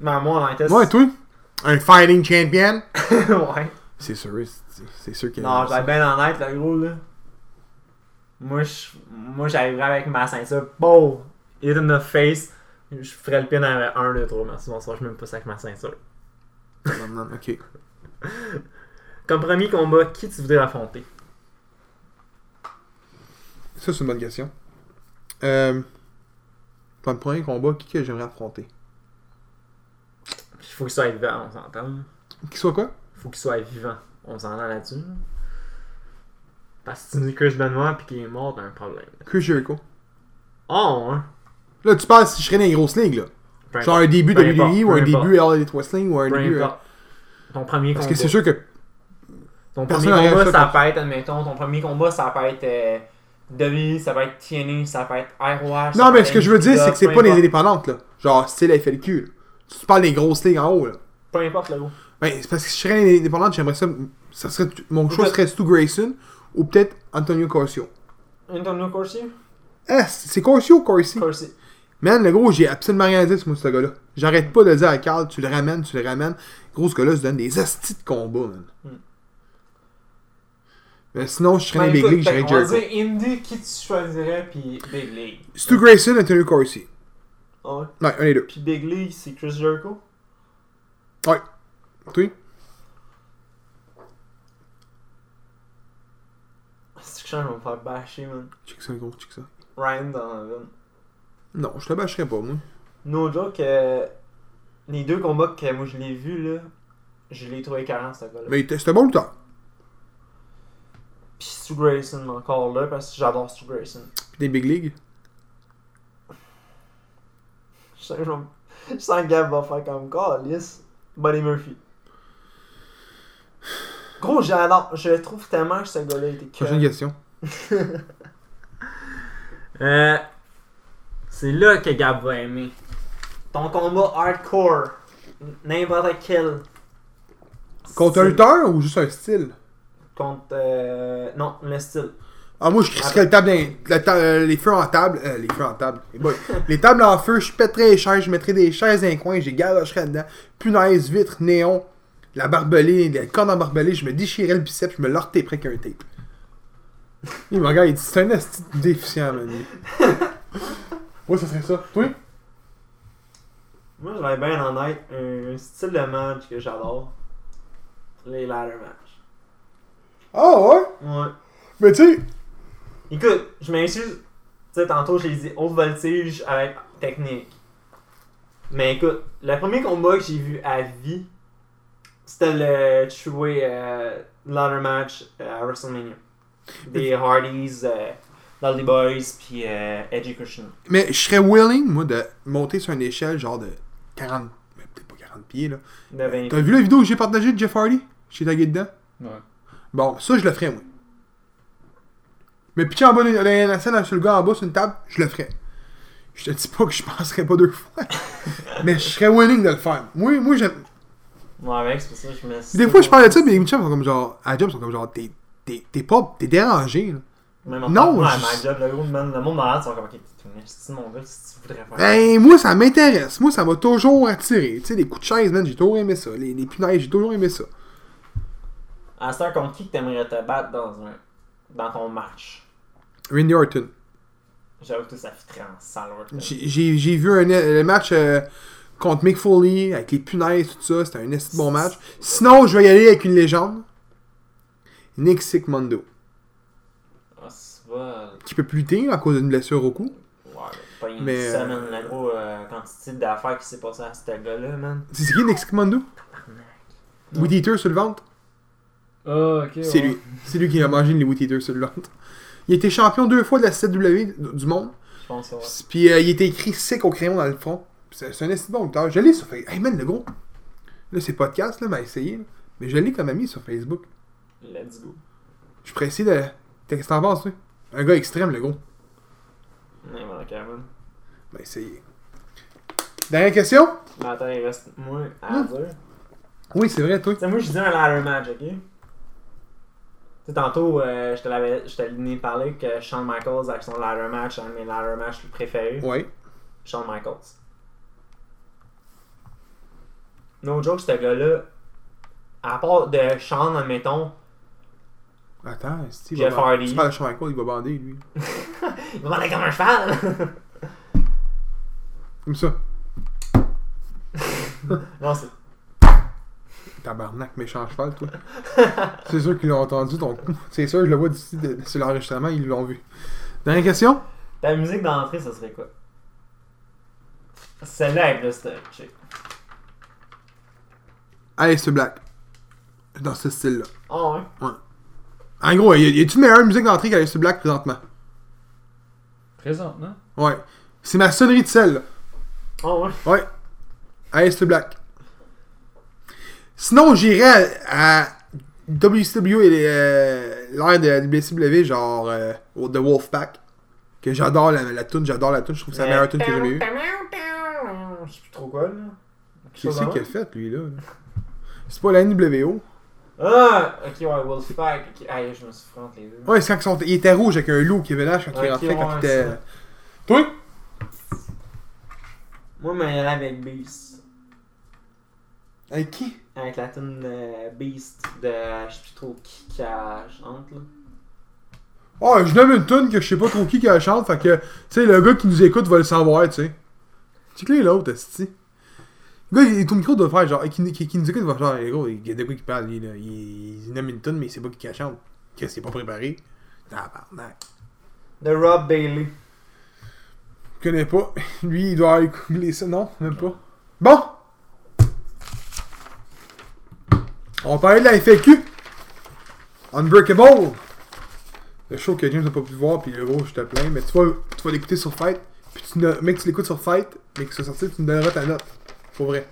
S2: Ben, moi, on en était.
S1: Ouais, toi? Un fighting champion?
S2: ouais.
S1: C'est sûr, c'est- c'est sûr qu'il y a
S2: Non,
S1: ça.
S2: j'avais bien honnête, le gros, là. Moi, je, moi, j'arriverais avec ma ceinture. Boom! Hit in the face. Je ferais le pin avec 1, 2, 3. Merci, bonsoir. Je me pousse avec ma ceinture.
S1: Non, non, non, ok.
S2: Comme premier combat, qui tu voudrais affronter
S1: Ça, c'est une bonne question. Euh, dans le premier combat, qui que j'aimerais affronter?
S2: Il faut qu'il soit vivant, on s'entend. là.
S1: Qui soit quoi?
S2: faut qu'il soit vivant. On s'entend là-dessus. là. Parce que si tu dis Chris Benoit puis qu'il est mort, t'as un problème.
S1: Chris Jericho.
S2: Oh, hein.
S1: Là, tu parles si je serais dans les grosses ligues, là.
S2: Peu
S1: Genre un début
S2: Peu
S1: WWE E ou un
S2: importe, peu
S1: début All Elite Wrestling ou un
S2: Peu
S1: début. euh,
S2: importe. Ton premier
S1: Parce
S2: combat.
S1: que c'est sûr que.
S2: Ton premier
S1: personne n'aurait
S2: combat,
S1: fait
S2: ça
S1: comme
S2: peut être, admettons, ton premier combat, ça peut être euh, WWE, ça peut être TNA, ça peut être ROH.
S1: Non, mais ce que je veux dire, c'est que c'est pas les indépendantes, là. Genre, style FLQ, là. Tu parles des grosses ligues en haut, là.
S2: Peu importe le gros.
S1: Ben, c'est parce que si je serais dans les indépendantes, j'aimerais ça. ça serait, mon choix
S2: Ok.
S1: serait Stu Grayson ou peut-être Antonio Corsio.
S2: Antonio Corsi
S1: Ah, c'est c'est Corsio ou Corsi?
S2: Corsi.
S1: Man, le gros, j'ai absolument rien dit sur moi, ce gars-là. J'arrête pas de dire à Carl, tu le ramènes, tu le ramènes. Gros, ce gars-là se donne des astis de combat, man. Mais sinon, je serais dans
S2: Hmm. Ben,
S1: les big
S2: écoute,
S1: leagues,
S2: fait
S1: j'irais
S2: qu'on va
S1: Jericho.
S2: dire Indy, qui tu choisirais, puis Big League.
S1: Stu Grayson, Antonio Corsi.
S2: Ouais.
S1: Ouais, un des deux.
S2: Puis Big League, c'est Chris Jericho.
S1: Ouais. Toi?
S2: C'est que je vais me faire bâcher, man.
S1: Check ça, gros, check ça.
S2: Ryan Donovan.
S1: Non, je te bâcherais pas, moi.
S2: No joke, euh, les deux combats que moi je l'ai vu là, je l'ai trouvé 40 ce gars-là.
S1: Mais il était- c'était bon le temps.
S2: Puis Stu Grayson encore là parce que j'adore Stu Grayson.
S1: Des big leagues.
S2: [laughs] Je sens, que je vais- je sens que Gab va faire comme Carlis. Buddy Murphy. Gros, j'adore. Je trouve tellement que ce gars-là était
S1: Prochaine
S2: cool.
S1: question.
S2: Euh, c'est là que Gab va aimer. Ton combat hardcore. N'importe quel.
S1: Contre un
S2: style.
S1: lutteur ou juste un style?
S2: Contre. euh, non, le style.
S1: Ah, moi, je crisserais le table dans- la ta- euh, les feux en table. euh, les feux en table. Les, [laughs] boys. les tables en feu, je pèterais les chaises, je mettrais des chaises dans les coins, j'ai galocherais dedans. Punaise, vitre, néon, la barbelée, la corde en barbelée, je me déchirais le biceps, je me l'ortais près qu'un [laughs] tape. Il me regarde, il dit c'est un esti de déficient, man. [laughs] Ouais, ça serait ça. Toi?
S2: Moi, j'aurais bien en être un style de match que j'adore. Les ladder match.
S1: Ah ouais?
S2: Ouais.
S1: Mais tu sais,
S2: Écoute, je m'excuse. Tu sais, tantôt, j'ai dit haute voltige avec technique. Mais écoute, le premier combat que j'ai vu à vie, c'était le Choué euh, ladder match euh, à WrestleMania. Des Hardys, euh, Dudley Boys, puis euh, Edgy Christian.
S1: Mais je serais willing, moi, de monter sur une échelle genre de 40, mais peut-être pas 40 pieds, là.
S2: De 20.
S1: T'as vu la vidéo que j'ai partagée de Jeff Hardy? Je t'ai tagué dedans.
S3: Ouais.
S1: Bon, ça, je le ferais, moi. Mais pitcher en bas de de la scène sur le gars en bas sur une table, je le ferais. Je te dis pas que je penserais pas deux fois. [laughs] mais je serais willing de le faire. Moi, moi j'aime.
S2: Moi, avec, c'est pour ça que je me suis-
S1: Des fois, je parle de ça, mais mes chums sont comme genre. À la job, ils sont comme genre, t'es, t'es, t'es pas. T'es dérangé, là.
S2: Même
S1: Non,
S2: non,
S1: je-
S2: ma job, le gros, man, le monde malade, ils sont comme, ok, t'es une esti de mon gars, si tu voudrais faire.
S1: Ben, moi, ça m'intéresse. Moi, ça m'a toujours attiré. Tu sais, les coups de chaise, man, j'ai toujours aimé ça. Les, les punaises, j'ai toujours aimé ça.
S2: À cette heure, contre qui que t'aimerais te battre dans un dans ton match.
S1: Randy Orton.
S2: J'avoue que ça fitrait en salle. Orton.
S1: J'ai- J'ai j'ai vu un, le match euh, contre Mick Foley avec les punaises, tout ça. C'était un esti bon match. Sinon, je vais y aller avec une légende. Nick Sigmundo.
S2: Oswald.
S1: Qui peut plus lutter à cause d'une blessure au cou.
S2: Ouais, pas une
S1: Mais,
S2: semaine,
S1: euh,
S2: la gros euh, quantité d'affaires qui s'est passée à ce gars-là, man.
S1: C'est qui Nick Sigmundo Wood Eater sur le ventre
S3: Ah, ok.
S1: C'est
S3: ouais.
S1: lui. C'est lui qui a mangé les Wood Eater sur le ventre. Il était champion deux fois de la CW du monde.
S2: Je pense que ouais.
S1: Puis euh, il était écrit sec au crayon dans le front. C'est c'est un esti bon lutteur. Je l'ai sur Facebook. Hey man, le gros. Là, c'est podcast, là, m'a essayé. là. Mais je l'ai comme ami sur Facebook.
S2: Let's go.
S1: Je suis pressé de. Qu'est-ce que t'en penses, toi? Un gars extrême, le gros.
S2: Ouais, voilà, Kevin.
S1: Ben, essayez. Dernière question?
S2: Mais attends, il reste moins à
S1: Hmm.
S2: dire.
S1: Oui, c'est vrai, toi.
S2: Tu sais, moi, je dis un ladder match, ok? Tu sais, tantôt, euh, je te l'avais je te l'ai parlé que Shawn Michaels, avec son ladder match, un de mes ladder matchs préférés,
S1: Ouais.
S2: Shawn Michaels. No joke, ce gars-là, à part de Shawn, admettons,
S1: Attends, Steve.
S2: Jeff Hardy.
S1: Tu parles de Shawn Michaels, il va bander, lui.
S2: il [laughs] va parler comme un cheval! [laughs]
S1: Comme ça.
S2: non, c'est.
S1: Tabarnak, méchant cheval,
S2: [laughs]
S1: toi. c'est sûr qu'ils l'ont entendu, ton coup. C'est sûr, je le vois d'ici, de- sur l'enregistrement, ils l'ont vu. Dernière question?
S2: Ta musique d'entrée, ça serait quoi? Celle-là est plus touchée.
S1: Allez, c'est Black. Dans ce style-là.
S2: Oh, ouais.
S1: En gros, y a- y a-tu meilleure musique d'entrée qu'Alice Black présentement?
S3: Présentement.
S1: Ouais. C'est ma sonnerie de sel, là.
S2: Oh, ouais.
S1: Ouais. Alice to Black. Sinon, j'irais à, à WCW et les, euh, l'ère de la WCW, genre euh, au- The Wolfpack. Que j'adore la, la tune, j'adore la tune, je trouve que c'est la meilleure tune que j'ai jamais eue.
S2: Je sais plus trop quoi, là. Quelque
S1: Je
S2: chose
S1: sais
S2: dans-
S1: qu'il a fait, lui, là. C'est pas la NWO.
S2: Ah! Ok, ouais, Wolfpack. ok. Aïe, je me suis fronté les deux.
S1: Ouais, c'est quand ils sont- il était rouge avec un loup qui avait l'âge quand
S2: Ouais,
S1: il rentrait,
S2: ok,
S1: quand
S2: ouais,
S1: il était.
S2: c'est ça.
S1: Toi
S2: Moi, mais elle avec Beast.
S1: Avec qui
S2: Avec la tune euh, Beast de je sais plus trop qui qui la chante, là.
S1: Oh, je nomme une tune que je sais pas trop qui qui la chante, fait que, tu sais, le gars qui nous écoute va le savoir, tu sais. Tu clés l'autre, esti. Le gars, il- ton micro doit faire genre, qui, qui, qui nous écoute va faire, gros, il y a de quoi qui parle, lui, là. Il, il nomme une tune, mais il sait pas qui qui la chante. Qu'est-ce qu'il est pas préparé? Tabarnak.
S2: De Rob Bailey.
S1: Je connais pas. [laughs] Lui, il doit aller googler ça, non? Même pas. Bon! On parlait de la FAQ. Unbreakable! Le show que James n'a pas pu voir, puis le gros, je te plains, mais tu vas, tu vas l'écouter sur Fight, puis tu ne, mec, tu l'écoutes sur Fight, mais que ça sorti, tu me donneras ta note. Pour vrai.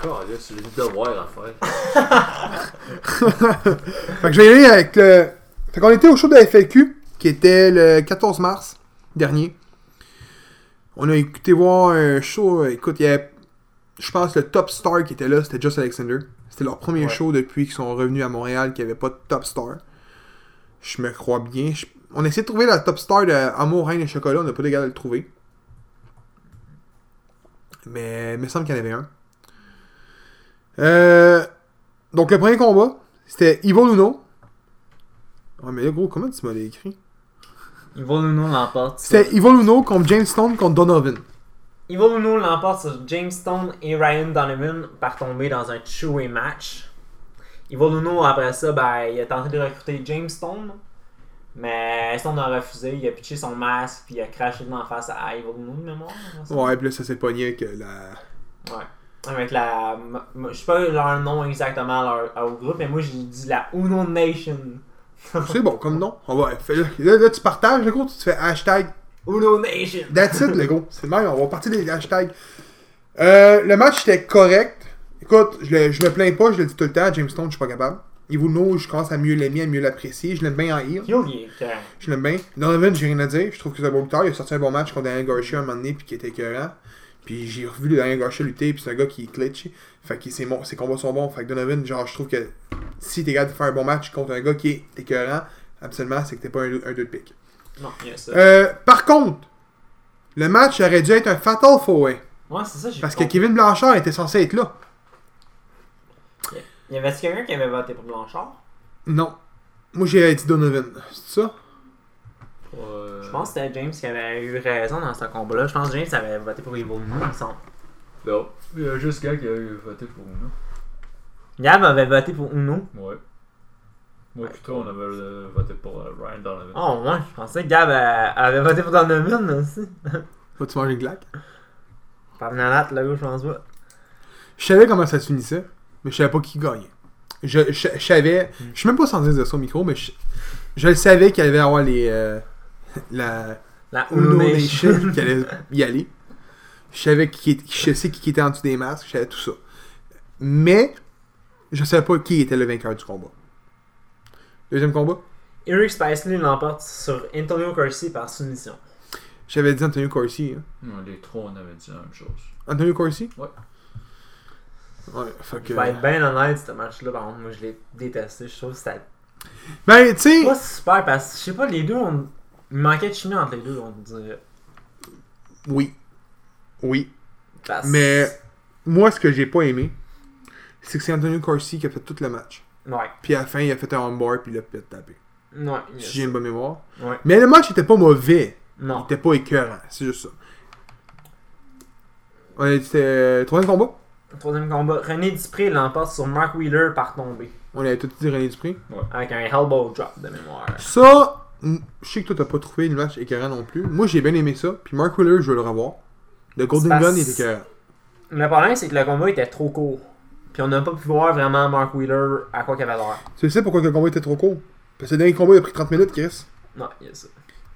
S3: Encore là, c'est le devoir à faire.
S1: [laughs] Fait que je vais y aller avec le. Fait qu'on était au show de la FAQ, qui était le 14 mars dernier. On a écouté voir un show. euh, Écoute, il y avait, je pense, le top star qui était là, c'était Just Alexander. C'était leur premier
S2: Ouais.
S1: show depuis qu'ils sont revenus à Montréal, qu'il n'y avait pas de top star. Je me crois bien. Je- On a essayé de trouver la top star de Amour, Reine et Chocolat, on n'a pas les gars de le trouver. Mais il me semble qu'il y en avait un. Euh, donc, le premier combat, c'était Ivo Luno. Ouais, mais là, gros, comment tu m'as écrit
S2: Ivo Nuno l'emporte.
S1: C'était Ivo Luno contre James Stone contre Donovan.
S2: Ivo Nuno l'emporte sur James Stone et Ryan Donovan par tomber dans un two-way match. Ivo Nuno, après ça, ben, il a tenté de recruter James Stone. Mais Stone a refusé, il a pitché son masque, puis il a craché dans la face à Ivo Nuno, de mémoire. je pense.
S1: Ouais, puis là, ça s'est pogné avec euh, la.
S2: Ouais. Avec la. m- m- Je sais pas leur nom exactement leur, au groupe, mais moi j'ai dit la Uno Nation.
S1: C'est bon, comme non. On va. fais- Là, là, tu partages, le gros, tu te fais hashtag
S2: Uno Nation!
S1: That's it, le gros. C'est le même, on va partir des hashtags. Euh, le match était correct. Écoute, je, le- je me plains pas, je le dis tout le temps, James Stone, je suis pas capable. Il vous know, je commence à mieux l'aimer, à mieux l'apprécier. Je l'aime bien en heal.
S2: Yo, il est écœurant.
S1: Je l'aime bien. Donovan, j'ai rien à dire. Je trouve que c'est un bon lutteur. Il a sorti un bon match contre Daniel Garcia un moment donné, puis qui était écœurant. Puis j'ai revu le Daniel Garcia lutter, puis c'est un gars qui clutch. Fait que ses, mon- ses combats sont bons. Fait que Donovan, genre, je trouve que si t'es capable de faire un bon match contre un gars qui est écœurant, absolument, c'est que t'es pas un, un deux de pique.
S2: Non, il y a ça.
S1: Euh, par contre, le match aurait dû être un fatal four
S2: ouais, c'est ça, j'ai
S1: parce que
S2: pas compris.
S1: Kevin Blanchard était censé être là.
S2: Y avait-tu quelqu'un qui avait voté pour Blanchard
S1: Non. Moi, j'ai dit Donovan. C'est ça?
S3: Euh,
S2: Je pense que c'était James qui avait eu raison dans ce combat-là. Je pense que James avait voté pour Evil Moon, il me semble.
S3: Non. Il y a juste quelqu'un qui a eu voté pour nous.
S2: Gab avait voté pour Uno.
S3: Ouais. Moi, plutôt, on avait euh, voté pour euh, Ryan Donovan.
S2: Oh, ouais, je pensais que Gab euh, avait voté pour Donovan aussi.
S1: Vas-tu manger une claque?
S2: Pas Nanat, là, je pense pas.
S1: Je savais comment ça se finissait, mais je savais pas qui gagnait. Je, je, je savais. Je suis même pas sans dire de ça au micro, mais je, je le savais qu'il allait avoir les. euh, la
S2: La Uno
S1: Uno
S2: Nation.
S1: Nation [laughs] qui allait y aller. Je savais qui, est- je sais qui était en dessous des masques, je savais tout ça. Mais je savais pas qui était le vainqueur du combat. Deuxième combat,
S2: [laughs] Eric Spicely l'emporte sur Antonio Corsi par soumission.
S1: j'avais dit Antonio Corsi. hein.
S3: Non, les trois, on avait dit la même chose.
S1: Antonio Corsi?
S3: Ouais.
S1: Ouais, fait que.
S2: Je vais être bien honnête, ce match-là, par contre, moi je l'ai détesté. Je trouve que c'était
S1: Ben, tu sais.
S2: pas super parce que, je sais pas, les deux, on... il manquait de chimie entre les deux, on dirait.
S1: Oui. Oui.
S2: Parce-
S1: Mais moi, ce que j'ai pas aimé, c'est que c'est Antonio Corsi qui a fait tout le match.
S2: Ouais,
S1: Puis à la fin, il a fait un armbar puis il l'a fait taper.
S2: ouais. yes.
S1: Si j'ai une bonne mémoire.
S2: Ouais.
S1: Mais le match était pas mauvais. Il
S2: Non.
S1: était pas écœurant. C'est juste ça. On a dit c'était troisième combat.
S2: Troisième combat, René Dupré l'emporte sur Mark Wheeler par tombée.
S1: On avait tout dit René Dupré.
S2: Avec un elbow drop de mémoire.
S1: Ça, m- je sais que toi t'as pas trouvé le match écœurant non plus. Moi j'ai bien aimé ça. Puis Mark Wheeler, je veux le revoir. Le Golden
S2: Parce-
S1: Gun il était écœurant.
S2: Le problème, c'est que le combat était trop court. Puis on n'a pas pu voir vraiment Mark Wheeler à quoi qu'il avait l'air.
S1: Tu sais pourquoi le combat était trop court? Parce que le dernier combat il a pris 30 minutes, Chris.
S2: Non, il y a ça.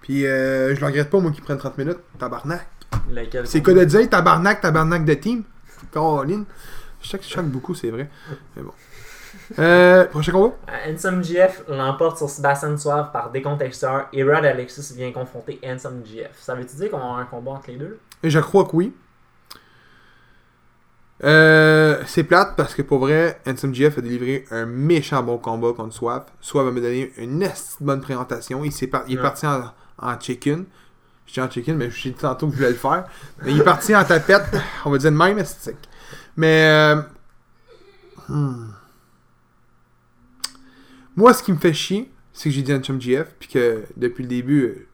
S1: Puis euh, je le regrette pas, moi, qui prenne 30 minutes. Tabarnak.
S2: Lequel Euh,
S1: C'est quoi de dire tabarnak, tabarnak de team? Caroline. Je sais que je chante beaucoup, c'est vrai. Mais bon. Euh, prochain combat?
S2: Euh, Handsome GF l'emporte sur Sébastien Suave par décompte extérieur et Rod Alexis vient confronter Handsome GF. Ça veut-tu dire qu'on va avoir un combat entre les deux?
S1: Et Je crois que oui. Euh, c'est plate parce que pour vrai, Handsome GF a délivré un méchant bon combat contre Swap. Swap va me donner une esti de bonne présentation. Il, s'est par- il est
S2: Ouais.
S1: parti en, en chicken. Je dis en chicken, mais je dit tantôt que je voulais le faire. Mais il est parti en tapette, on va dire de même esthétique. Mais. euh, hmm. Moi, ce qui me fait chier, c'est que j'ai dit Handsome GF, puis que depuis le début, euh,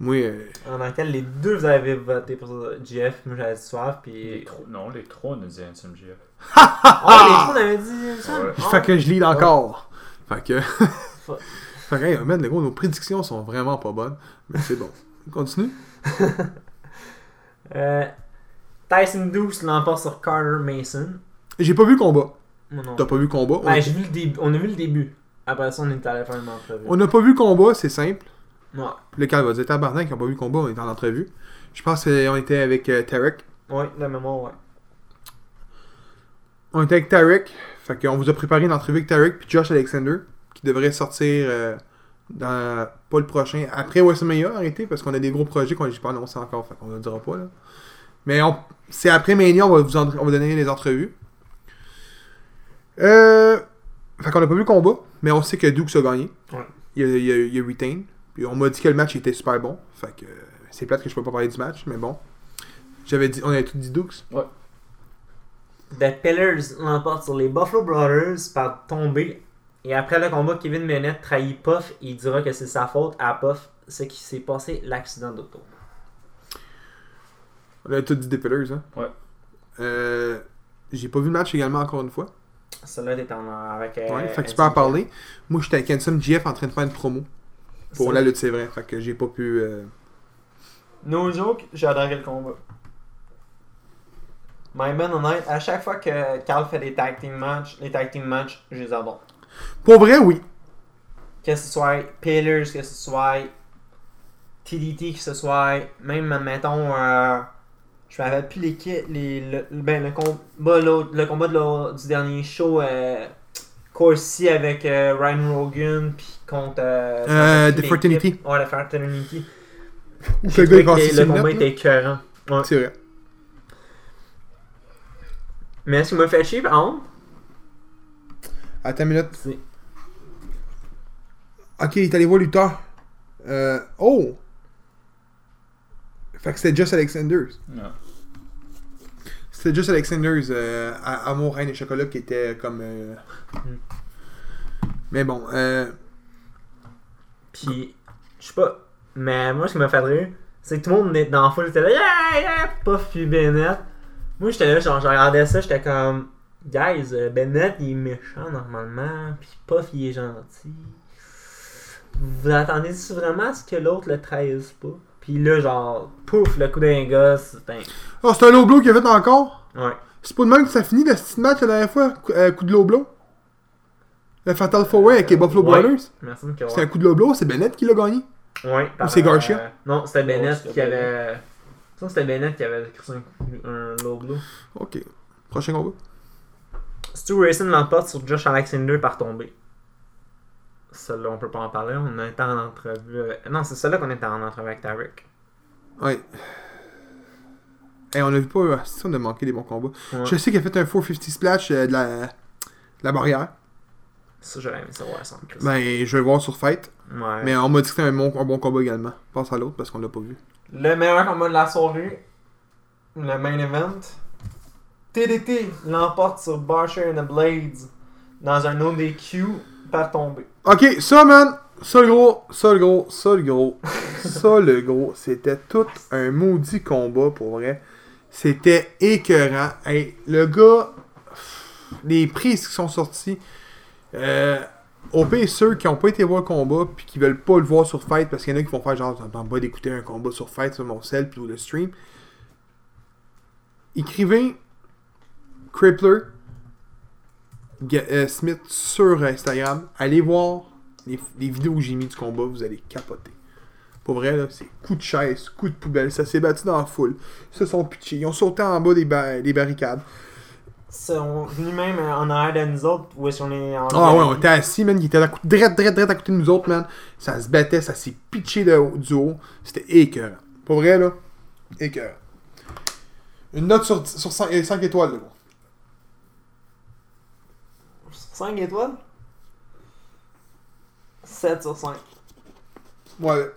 S1: moi, euh,
S2: En laquelle les deux vous avez voté pour GF, moi j'avais dit Suave,
S3: Les
S2: puis.
S3: trois- non, les trois, on a dit Handsome GF.
S2: Oh, les trois, on avait dit ça!
S3: Ouais.
S2: Oh,
S1: Fait que je lis encore. Ah. Fait que.
S2: Fuck.
S1: [laughs] fait que, hey, man, le gros, nos prédictions sont vraiment pas bonnes. Mais c'est bon. Continue.
S2: euh, Tyson Deuce l'emporte sur Carter Mason.
S1: J'ai pas vu le combat.
S2: Moi non.
S1: T'as pas vu le combat. On-
S2: Ben, j'ai vu le début. On a vu le début. Après ça, on est allé faire une entrevue.
S1: On n'a pas vu le combat, c'est simple.
S2: Ouais.
S1: Le gars va dire Tabarnak, ils ont pas vu le combat, on est en entrevue. Je pense qu'on était avec euh, Tarek.
S2: Ouais, la mémoire, ouais.
S1: On était avec Tarek. Fait qu'on vous a préparé une entrevue avec Tarek puis Josh Alexander qui devrait sortir euh, dans pas le prochain. Après WrestleMania, arrêtez, parce qu'on a des gros projets qu'on n'a pas annoncés encore. Fait qu'on ne le dira pas là. Mais on- c'est après Mania, on va vous en- on va donner les entrevues. Euh, fait qu'on n'a pas vu le combat, mais on sait que Dukes a gagné.
S2: Ouais.
S1: Il, a, il, a, il a retain. Puis on m'a dit que le match était super bon. Fait que euh, c'est plate que je peux pas parler du match, mais bon. J'avais dit, on avait tout dit Dukes.
S2: The Pillars l'emporte sur les Buffalo Brothers par tomber. Et après le combat, Kevin Bennett trahit Puff et il dira que c'est sa faute à Puff ce qui s'est passé l'accident d'auto.
S1: On a tout dit des Pillars, hein?
S3: Ouais.
S1: Euh, j'ai pas vu le match également, encore une fois.
S2: Cela est en avec. euh,
S1: Ouais, fait que tu peux en
S2: Anthony.
S1: parler. Moi, j'étais avec Handsome GF en train de faire une promo pour
S2: C'est-
S1: la lutte, c'est vrai. Fait que j'ai pas pu. euh,
S2: No joke, j'ai adoré le combat. My man honnête, à chaque fois que Carl fait des tag team matchs, les tag team matchs, je les adore.
S1: Pour vrai, oui.
S2: que ce soit Pillars, que ce soit TDT, que ce soit même, admettons, euh, je m'avais plus les, ki- les le, ben, le combat, l'autre- le combat de l'au- du dernier show, euh, Corsi avec euh, Ryan Rogan, puis contre. euh, je
S1: Euh,
S2: m'avais plus
S1: The
S2: l'équipe.
S1: Fraternity.
S2: Ouais, The Fraternity.
S1: Ou
S2: J'ai
S1: que le
S2: trouvé
S1: gars, il
S2: que
S1: casse
S2: le
S1: ses
S2: combat
S1: lunettes, là.
S2: était écœurant. Ouais.
S1: C'est vrai.
S2: Mais ce qui m'a fait chier, par contre,
S1: Attends une minute.
S2: C'est-
S1: Ok, il est allé voir Luther. Euh, oh! Fait que c'était Just Alexanders.
S3: Non.
S1: C'était Just Alexanders euh, à Amour, Reine et Chocolat qui était comme. euh, Mais bon, euh,
S2: Puis, je sais pas. Mais moi, ce qui m'a fait rire, c'est que tout le monde est dans la foule était là, yeah, yeah, Puff puis Bennett. Moi, j'étais là, genre, je regardais ça, j'étais comme, guys, euh, Bennett, il est méchant normalement, puis Puff, il est gentil. Vous attendez vraiment à ce que l'autre le trahisse pas? Puis là, genre, pouf, le coup d'un gars, c'est un.
S1: Oh, c'est un low blow qu'il a fait encore.
S2: Ouais.
S1: C'est pas de même que ça finit le style match la dernière fois. Coup, euh, coup de low blow. Le Fatal Four Way avec les Buffalo
S2: Ouais.
S1: Brothers.
S2: Merci de me
S1: C'est un coup de low blow, c'est Bennett qui l'a gagné.
S2: Ouais, par-
S1: c'est Garcia?
S2: euh, non, c'était
S3: Ouais,
S2: Bennett
S3: c'était
S2: qui avait. Je pense que c'était Bennett qui avait écrit un, un low blow.
S1: Ok. Prochain combat.
S2: Stu Grayson l'emporte sur Josh Alexander par tombée. Celle-là, on peut pas en parler. On était en entrevue. avec- Non, c'est celle-là qu'on était en entrevue avec Tarek.
S1: Ouais. Hey, on a vu pas. euh, Si on a manqué des bons combats.
S2: Ouais.
S1: Je sais qu'il a fait un 450 splash euh, de, la, de la barrière.
S2: Ça, j'aurais aimé savoir sans Chris.
S1: Ben, je vais le voir sur Fight.
S2: Ouais.
S1: Mais on m'a dit que c'était un bon, un bon combat également. Passe à l'autre parce qu'on l'a pas vu.
S2: Le meilleur combat de la soirée. Le main event. TDT l'emporte sur Barcher and the Blades dans un ODQ par tombée.
S1: Ok, ça, man. Ça, le gros. Ça, le gros. Ça, le gros. [laughs] ça, le gros. C'était tout un maudit combat pour vrai. C'était écœurant. Hey, le gars. Les prises qui sont sorties. Euh, au pire, ceux qui n'ont pas été voir le combat puis qui veulent pas le voir sur Fight parce qu'il y en a qui vont faire genre, ça me tente pas d'écouter un combat sur Fight sur mon cell puis le stream. Écrivez Crippler Ga- euh, Smith sur Instagram. Allez voir les, les vidéos que j'ai mis du combat, vous allez capoter. Pour vrai, là, c'est coup de chaise, coup de poubelle. Ça s'est battu dans la foule. Ils se sont pitchés. Ils ont sauté en bas des, ba- des barricades.
S2: sont venus même en arrière de nous autres, où est-ce qu'on est en
S1: Ah ouais, on était assis, man. Ils étaient à cou- drette, drette, drette à côté de nous autres, man. Ça se battait, ça s'est pitché de haut- du haut. C'était écœurant. Pour vrai, là, écœurant. Une note sur, dix- sur 5, étoiles, là.
S2: 5 étoiles 7 sur 5.
S1: Ouais.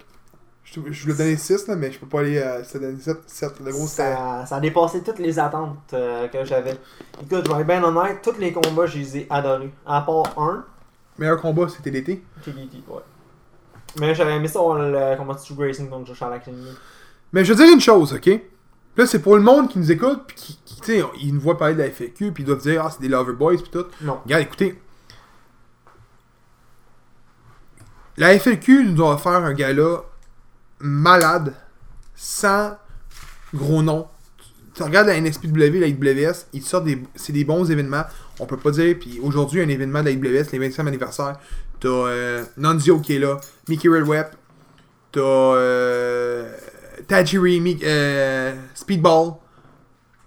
S1: Je, te- je voulais donner 6, là, mais je peux pas aller euh, à 7, 7. Le gros, c'était...
S2: ça, ça a dépassé toutes les attentes euh, que j'avais. Écoute, je vais être bien honnête, tous les combats, je les ai adorés. À part un,
S1: euh, Meilleur combat, c'était l'été.
S2: TDT, ouais. Mais j'avais aimé ça, avoir le combat de Stu Grayson contre Josh Alexander.
S1: Mais je veux dire une chose, ok? Là, c'est pour le monde qui nous écoute, puis qui, qui, tu sais, ils nous voient parler de la FAQ, puis ils doivent dire, ah, c'est des lover boys, puis tout.
S2: Non.
S1: Regarde, écoutez. La FAQ nous a offert un gala malade, sans gros nom. Tu- Tu regardes la NSPW, la IWS, ils sortent des, c'est des bons événements. On peut pas dire, puis aujourd'hui, un événement de la IWS, les 25e anniversaire, t'as euh, Nunzio qui est là, Mickey Red Web, t'as euh, Tajiri, Mi- euh, Speedball,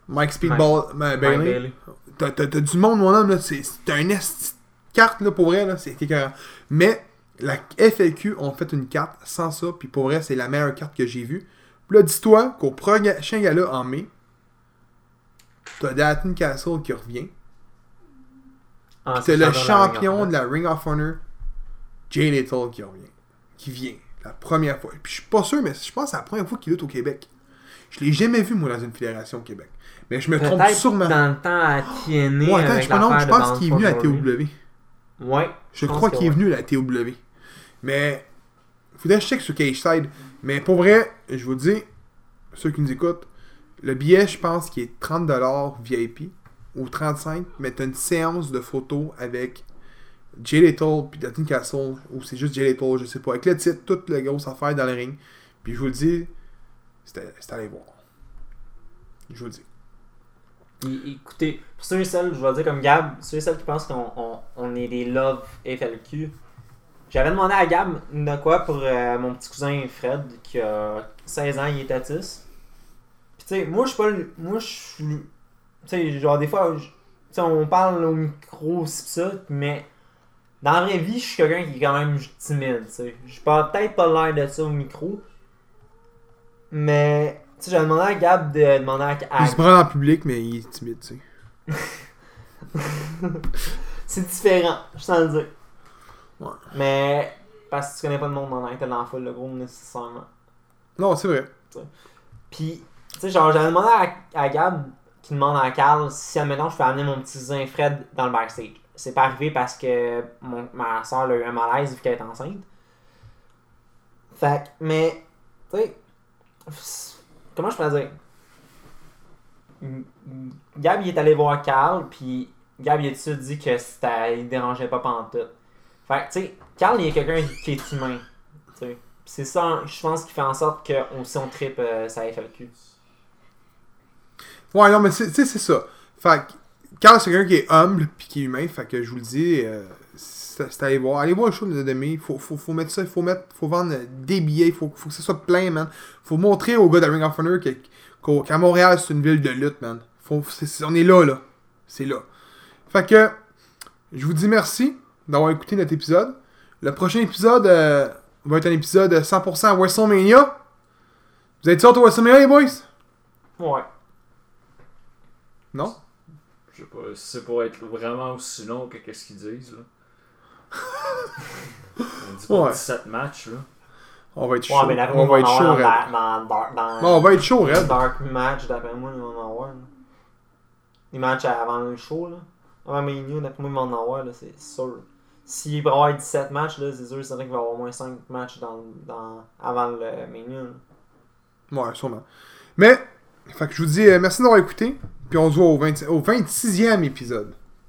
S1: Mike Speedball, euh, Bailey.
S2: Mike Bailey.
S1: T'as, t'as- t'as du monde, mon homme, là. C'est, c'est un esti de carte, là, pour vrai, là. C'est écœurant. Mais la FAQ ont fait une carte sans ça, puis pour vrai, c'est la meilleure carte que j'ai vue. Puis là, dis-toi qu'au prochain gala en mai, t'as Dalton Castle qui revient.
S2: Ah,
S1: C'est le
S2: de la
S1: champion
S2: Ring
S1: de la Ring of Honor, Jay Little, qui revient. Qui vient. La première fois. Puis je suis pas sûr, mais je pense que c'est la première fois qu'il lutte au Québec. Je l'ai jamais vu, moi, dans une fédération au Québec. Mais je me
S2: of Honor.
S1: trompe
S2: Peut-être
S1: sûrement.
S2: dans le temps à TNA
S1: Ouais, attends,
S2: avec
S1: je, me trompe,
S2: l'affaire
S1: je
S2: de
S1: pense qu'il est
S2: Bound
S1: venu à
S2: for Glory.
S1: TOW.
S2: Ouais.
S1: Je
S2: pense
S1: crois
S2: que
S1: qu'il est
S2: ouais.
S1: venu à la TOW. Mais, faudrait que je check sur Cage Side. Mais pour vrai, je vous dis, ceux qui nous écoutent, le billet, je pense qu'il est 30$ VIP ou 35$, mais t'as une séance de photos avec Jay Little puis Dalton Castle, ou c'est juste Jay Little, je sais pas, avec le titre, toute la grosse affaire dans le ring. Puis je vous le dis, c'était c'était à aller voir. Je vous le dis.
S2: Puis, écoutez, pour ceux et celles, je vais dire comme Gab, ceux et celles qui pensent qu'on on, on est des love FLQ, j'avais demandé à Gab de quoi pour euh, mon petit cousin Fred qui a 16 ans, il est autiste. Puis tu sais, moi je suis pas le. Moi je suis. Tu sais, genre des fois, je- tu sais, on parle au micro, c'est pis ça, mais dans la vraie vie, je suis quelqu'un qui est quand même timide, tu sais. J'ai pas- peut-être pas l'air de ça au micro, mais. Tu sais, j'avais demandé à Gab de demander à, à
S1: Il se prend en public, mais il est timide, tu sais.
S2: C'est différent, je sens le dire.
S1: Ouais.
S2: Mais parce que tu connais pas le monde en étant dans la foule, le gros, nécessairement.
S1: Non, c'est vrai.
S2: Puis, tu sais, genre, j'avais demandé à, à Gab, qui demande à Carl, si, admettons, je peux amener mon petit cousin Fred dans le backstage. C'est pas arrivé parce que mon- ma soeur a eu un malaise vu qu'elle est enceinte. Fait que- mais, tu sais, pff, comment je pourrais dire? M- m- Gab, il est allé voir Carl, puis Gab, il a tout de suite dit que c'était, il dérangeait pas pantoute. Fait que, tu sais, Carl, il est quelqu'un qui est humain, tu sais. Puis C'est ça, je pense, qui fait en sorte que aussi on tripe euh, sa FLQ.
S1: Ouais, non, mais c'est- tu sais, c'est ça. Fait que, quand c'est quelqu'un qui est humble puis qui est humain, fait que je vous le dis, euh, c'est c'est à aller voir. Allez voir le show de demi. Faut, faut, faut mettre ça, faut mettre, faut vendre euh, des billets, faut, faut que ça soit plein, man. Faut montrer aux gars de Ring of Honor que- qu'au- qu'à Montréal, c'est une ville de lutte, man. Faut, c'est- c'est- on est là, là. C'est là. Fait que, je vous dis merci d'avoir écouté notre épisode. Le prochain épisode euh, va être un épisode 100% WrestleMania. Vous êtes sûrs au WrestleMania, les boys?
S2: Ouais.
S1: Non?
S3: Je sais pas si c'est pour être vraiment aussi long que qu'est-ce qu'ils disent,
S2: [laughs]
S3: là. On dit pas
S1: Ouais.
S3: 17 matchs, là.
S1: On va être
S2: Ouais,
S1: chaud.
S2: mais d'après
S1: on
S2: moi,
S1: va être
S2: avoir
S1: chaud,
S2: dans,
S1: Red.
S2: Dark- dans, Dark- dans,
S1: Non, on va être chaud,
S2: dans
S1: Red.
S2: Dark Match, d'après moi, ils vont en avoir. là. Les matchs avant le show, là. Avant Mania, d'après moi, ils vont en avoir, là, c'est sûr. S'il va y avoir 17 matchs, là, c'est sûr, c'est vrai qu'il va y avoir au moins 5 matchs dans, dans, avant le Mania. là.
S1: Ouais, sûrement. Mais, fait que je vous dis euh, merci d'avoir écouté. Puis on se voit au, 20 au 26e épisode.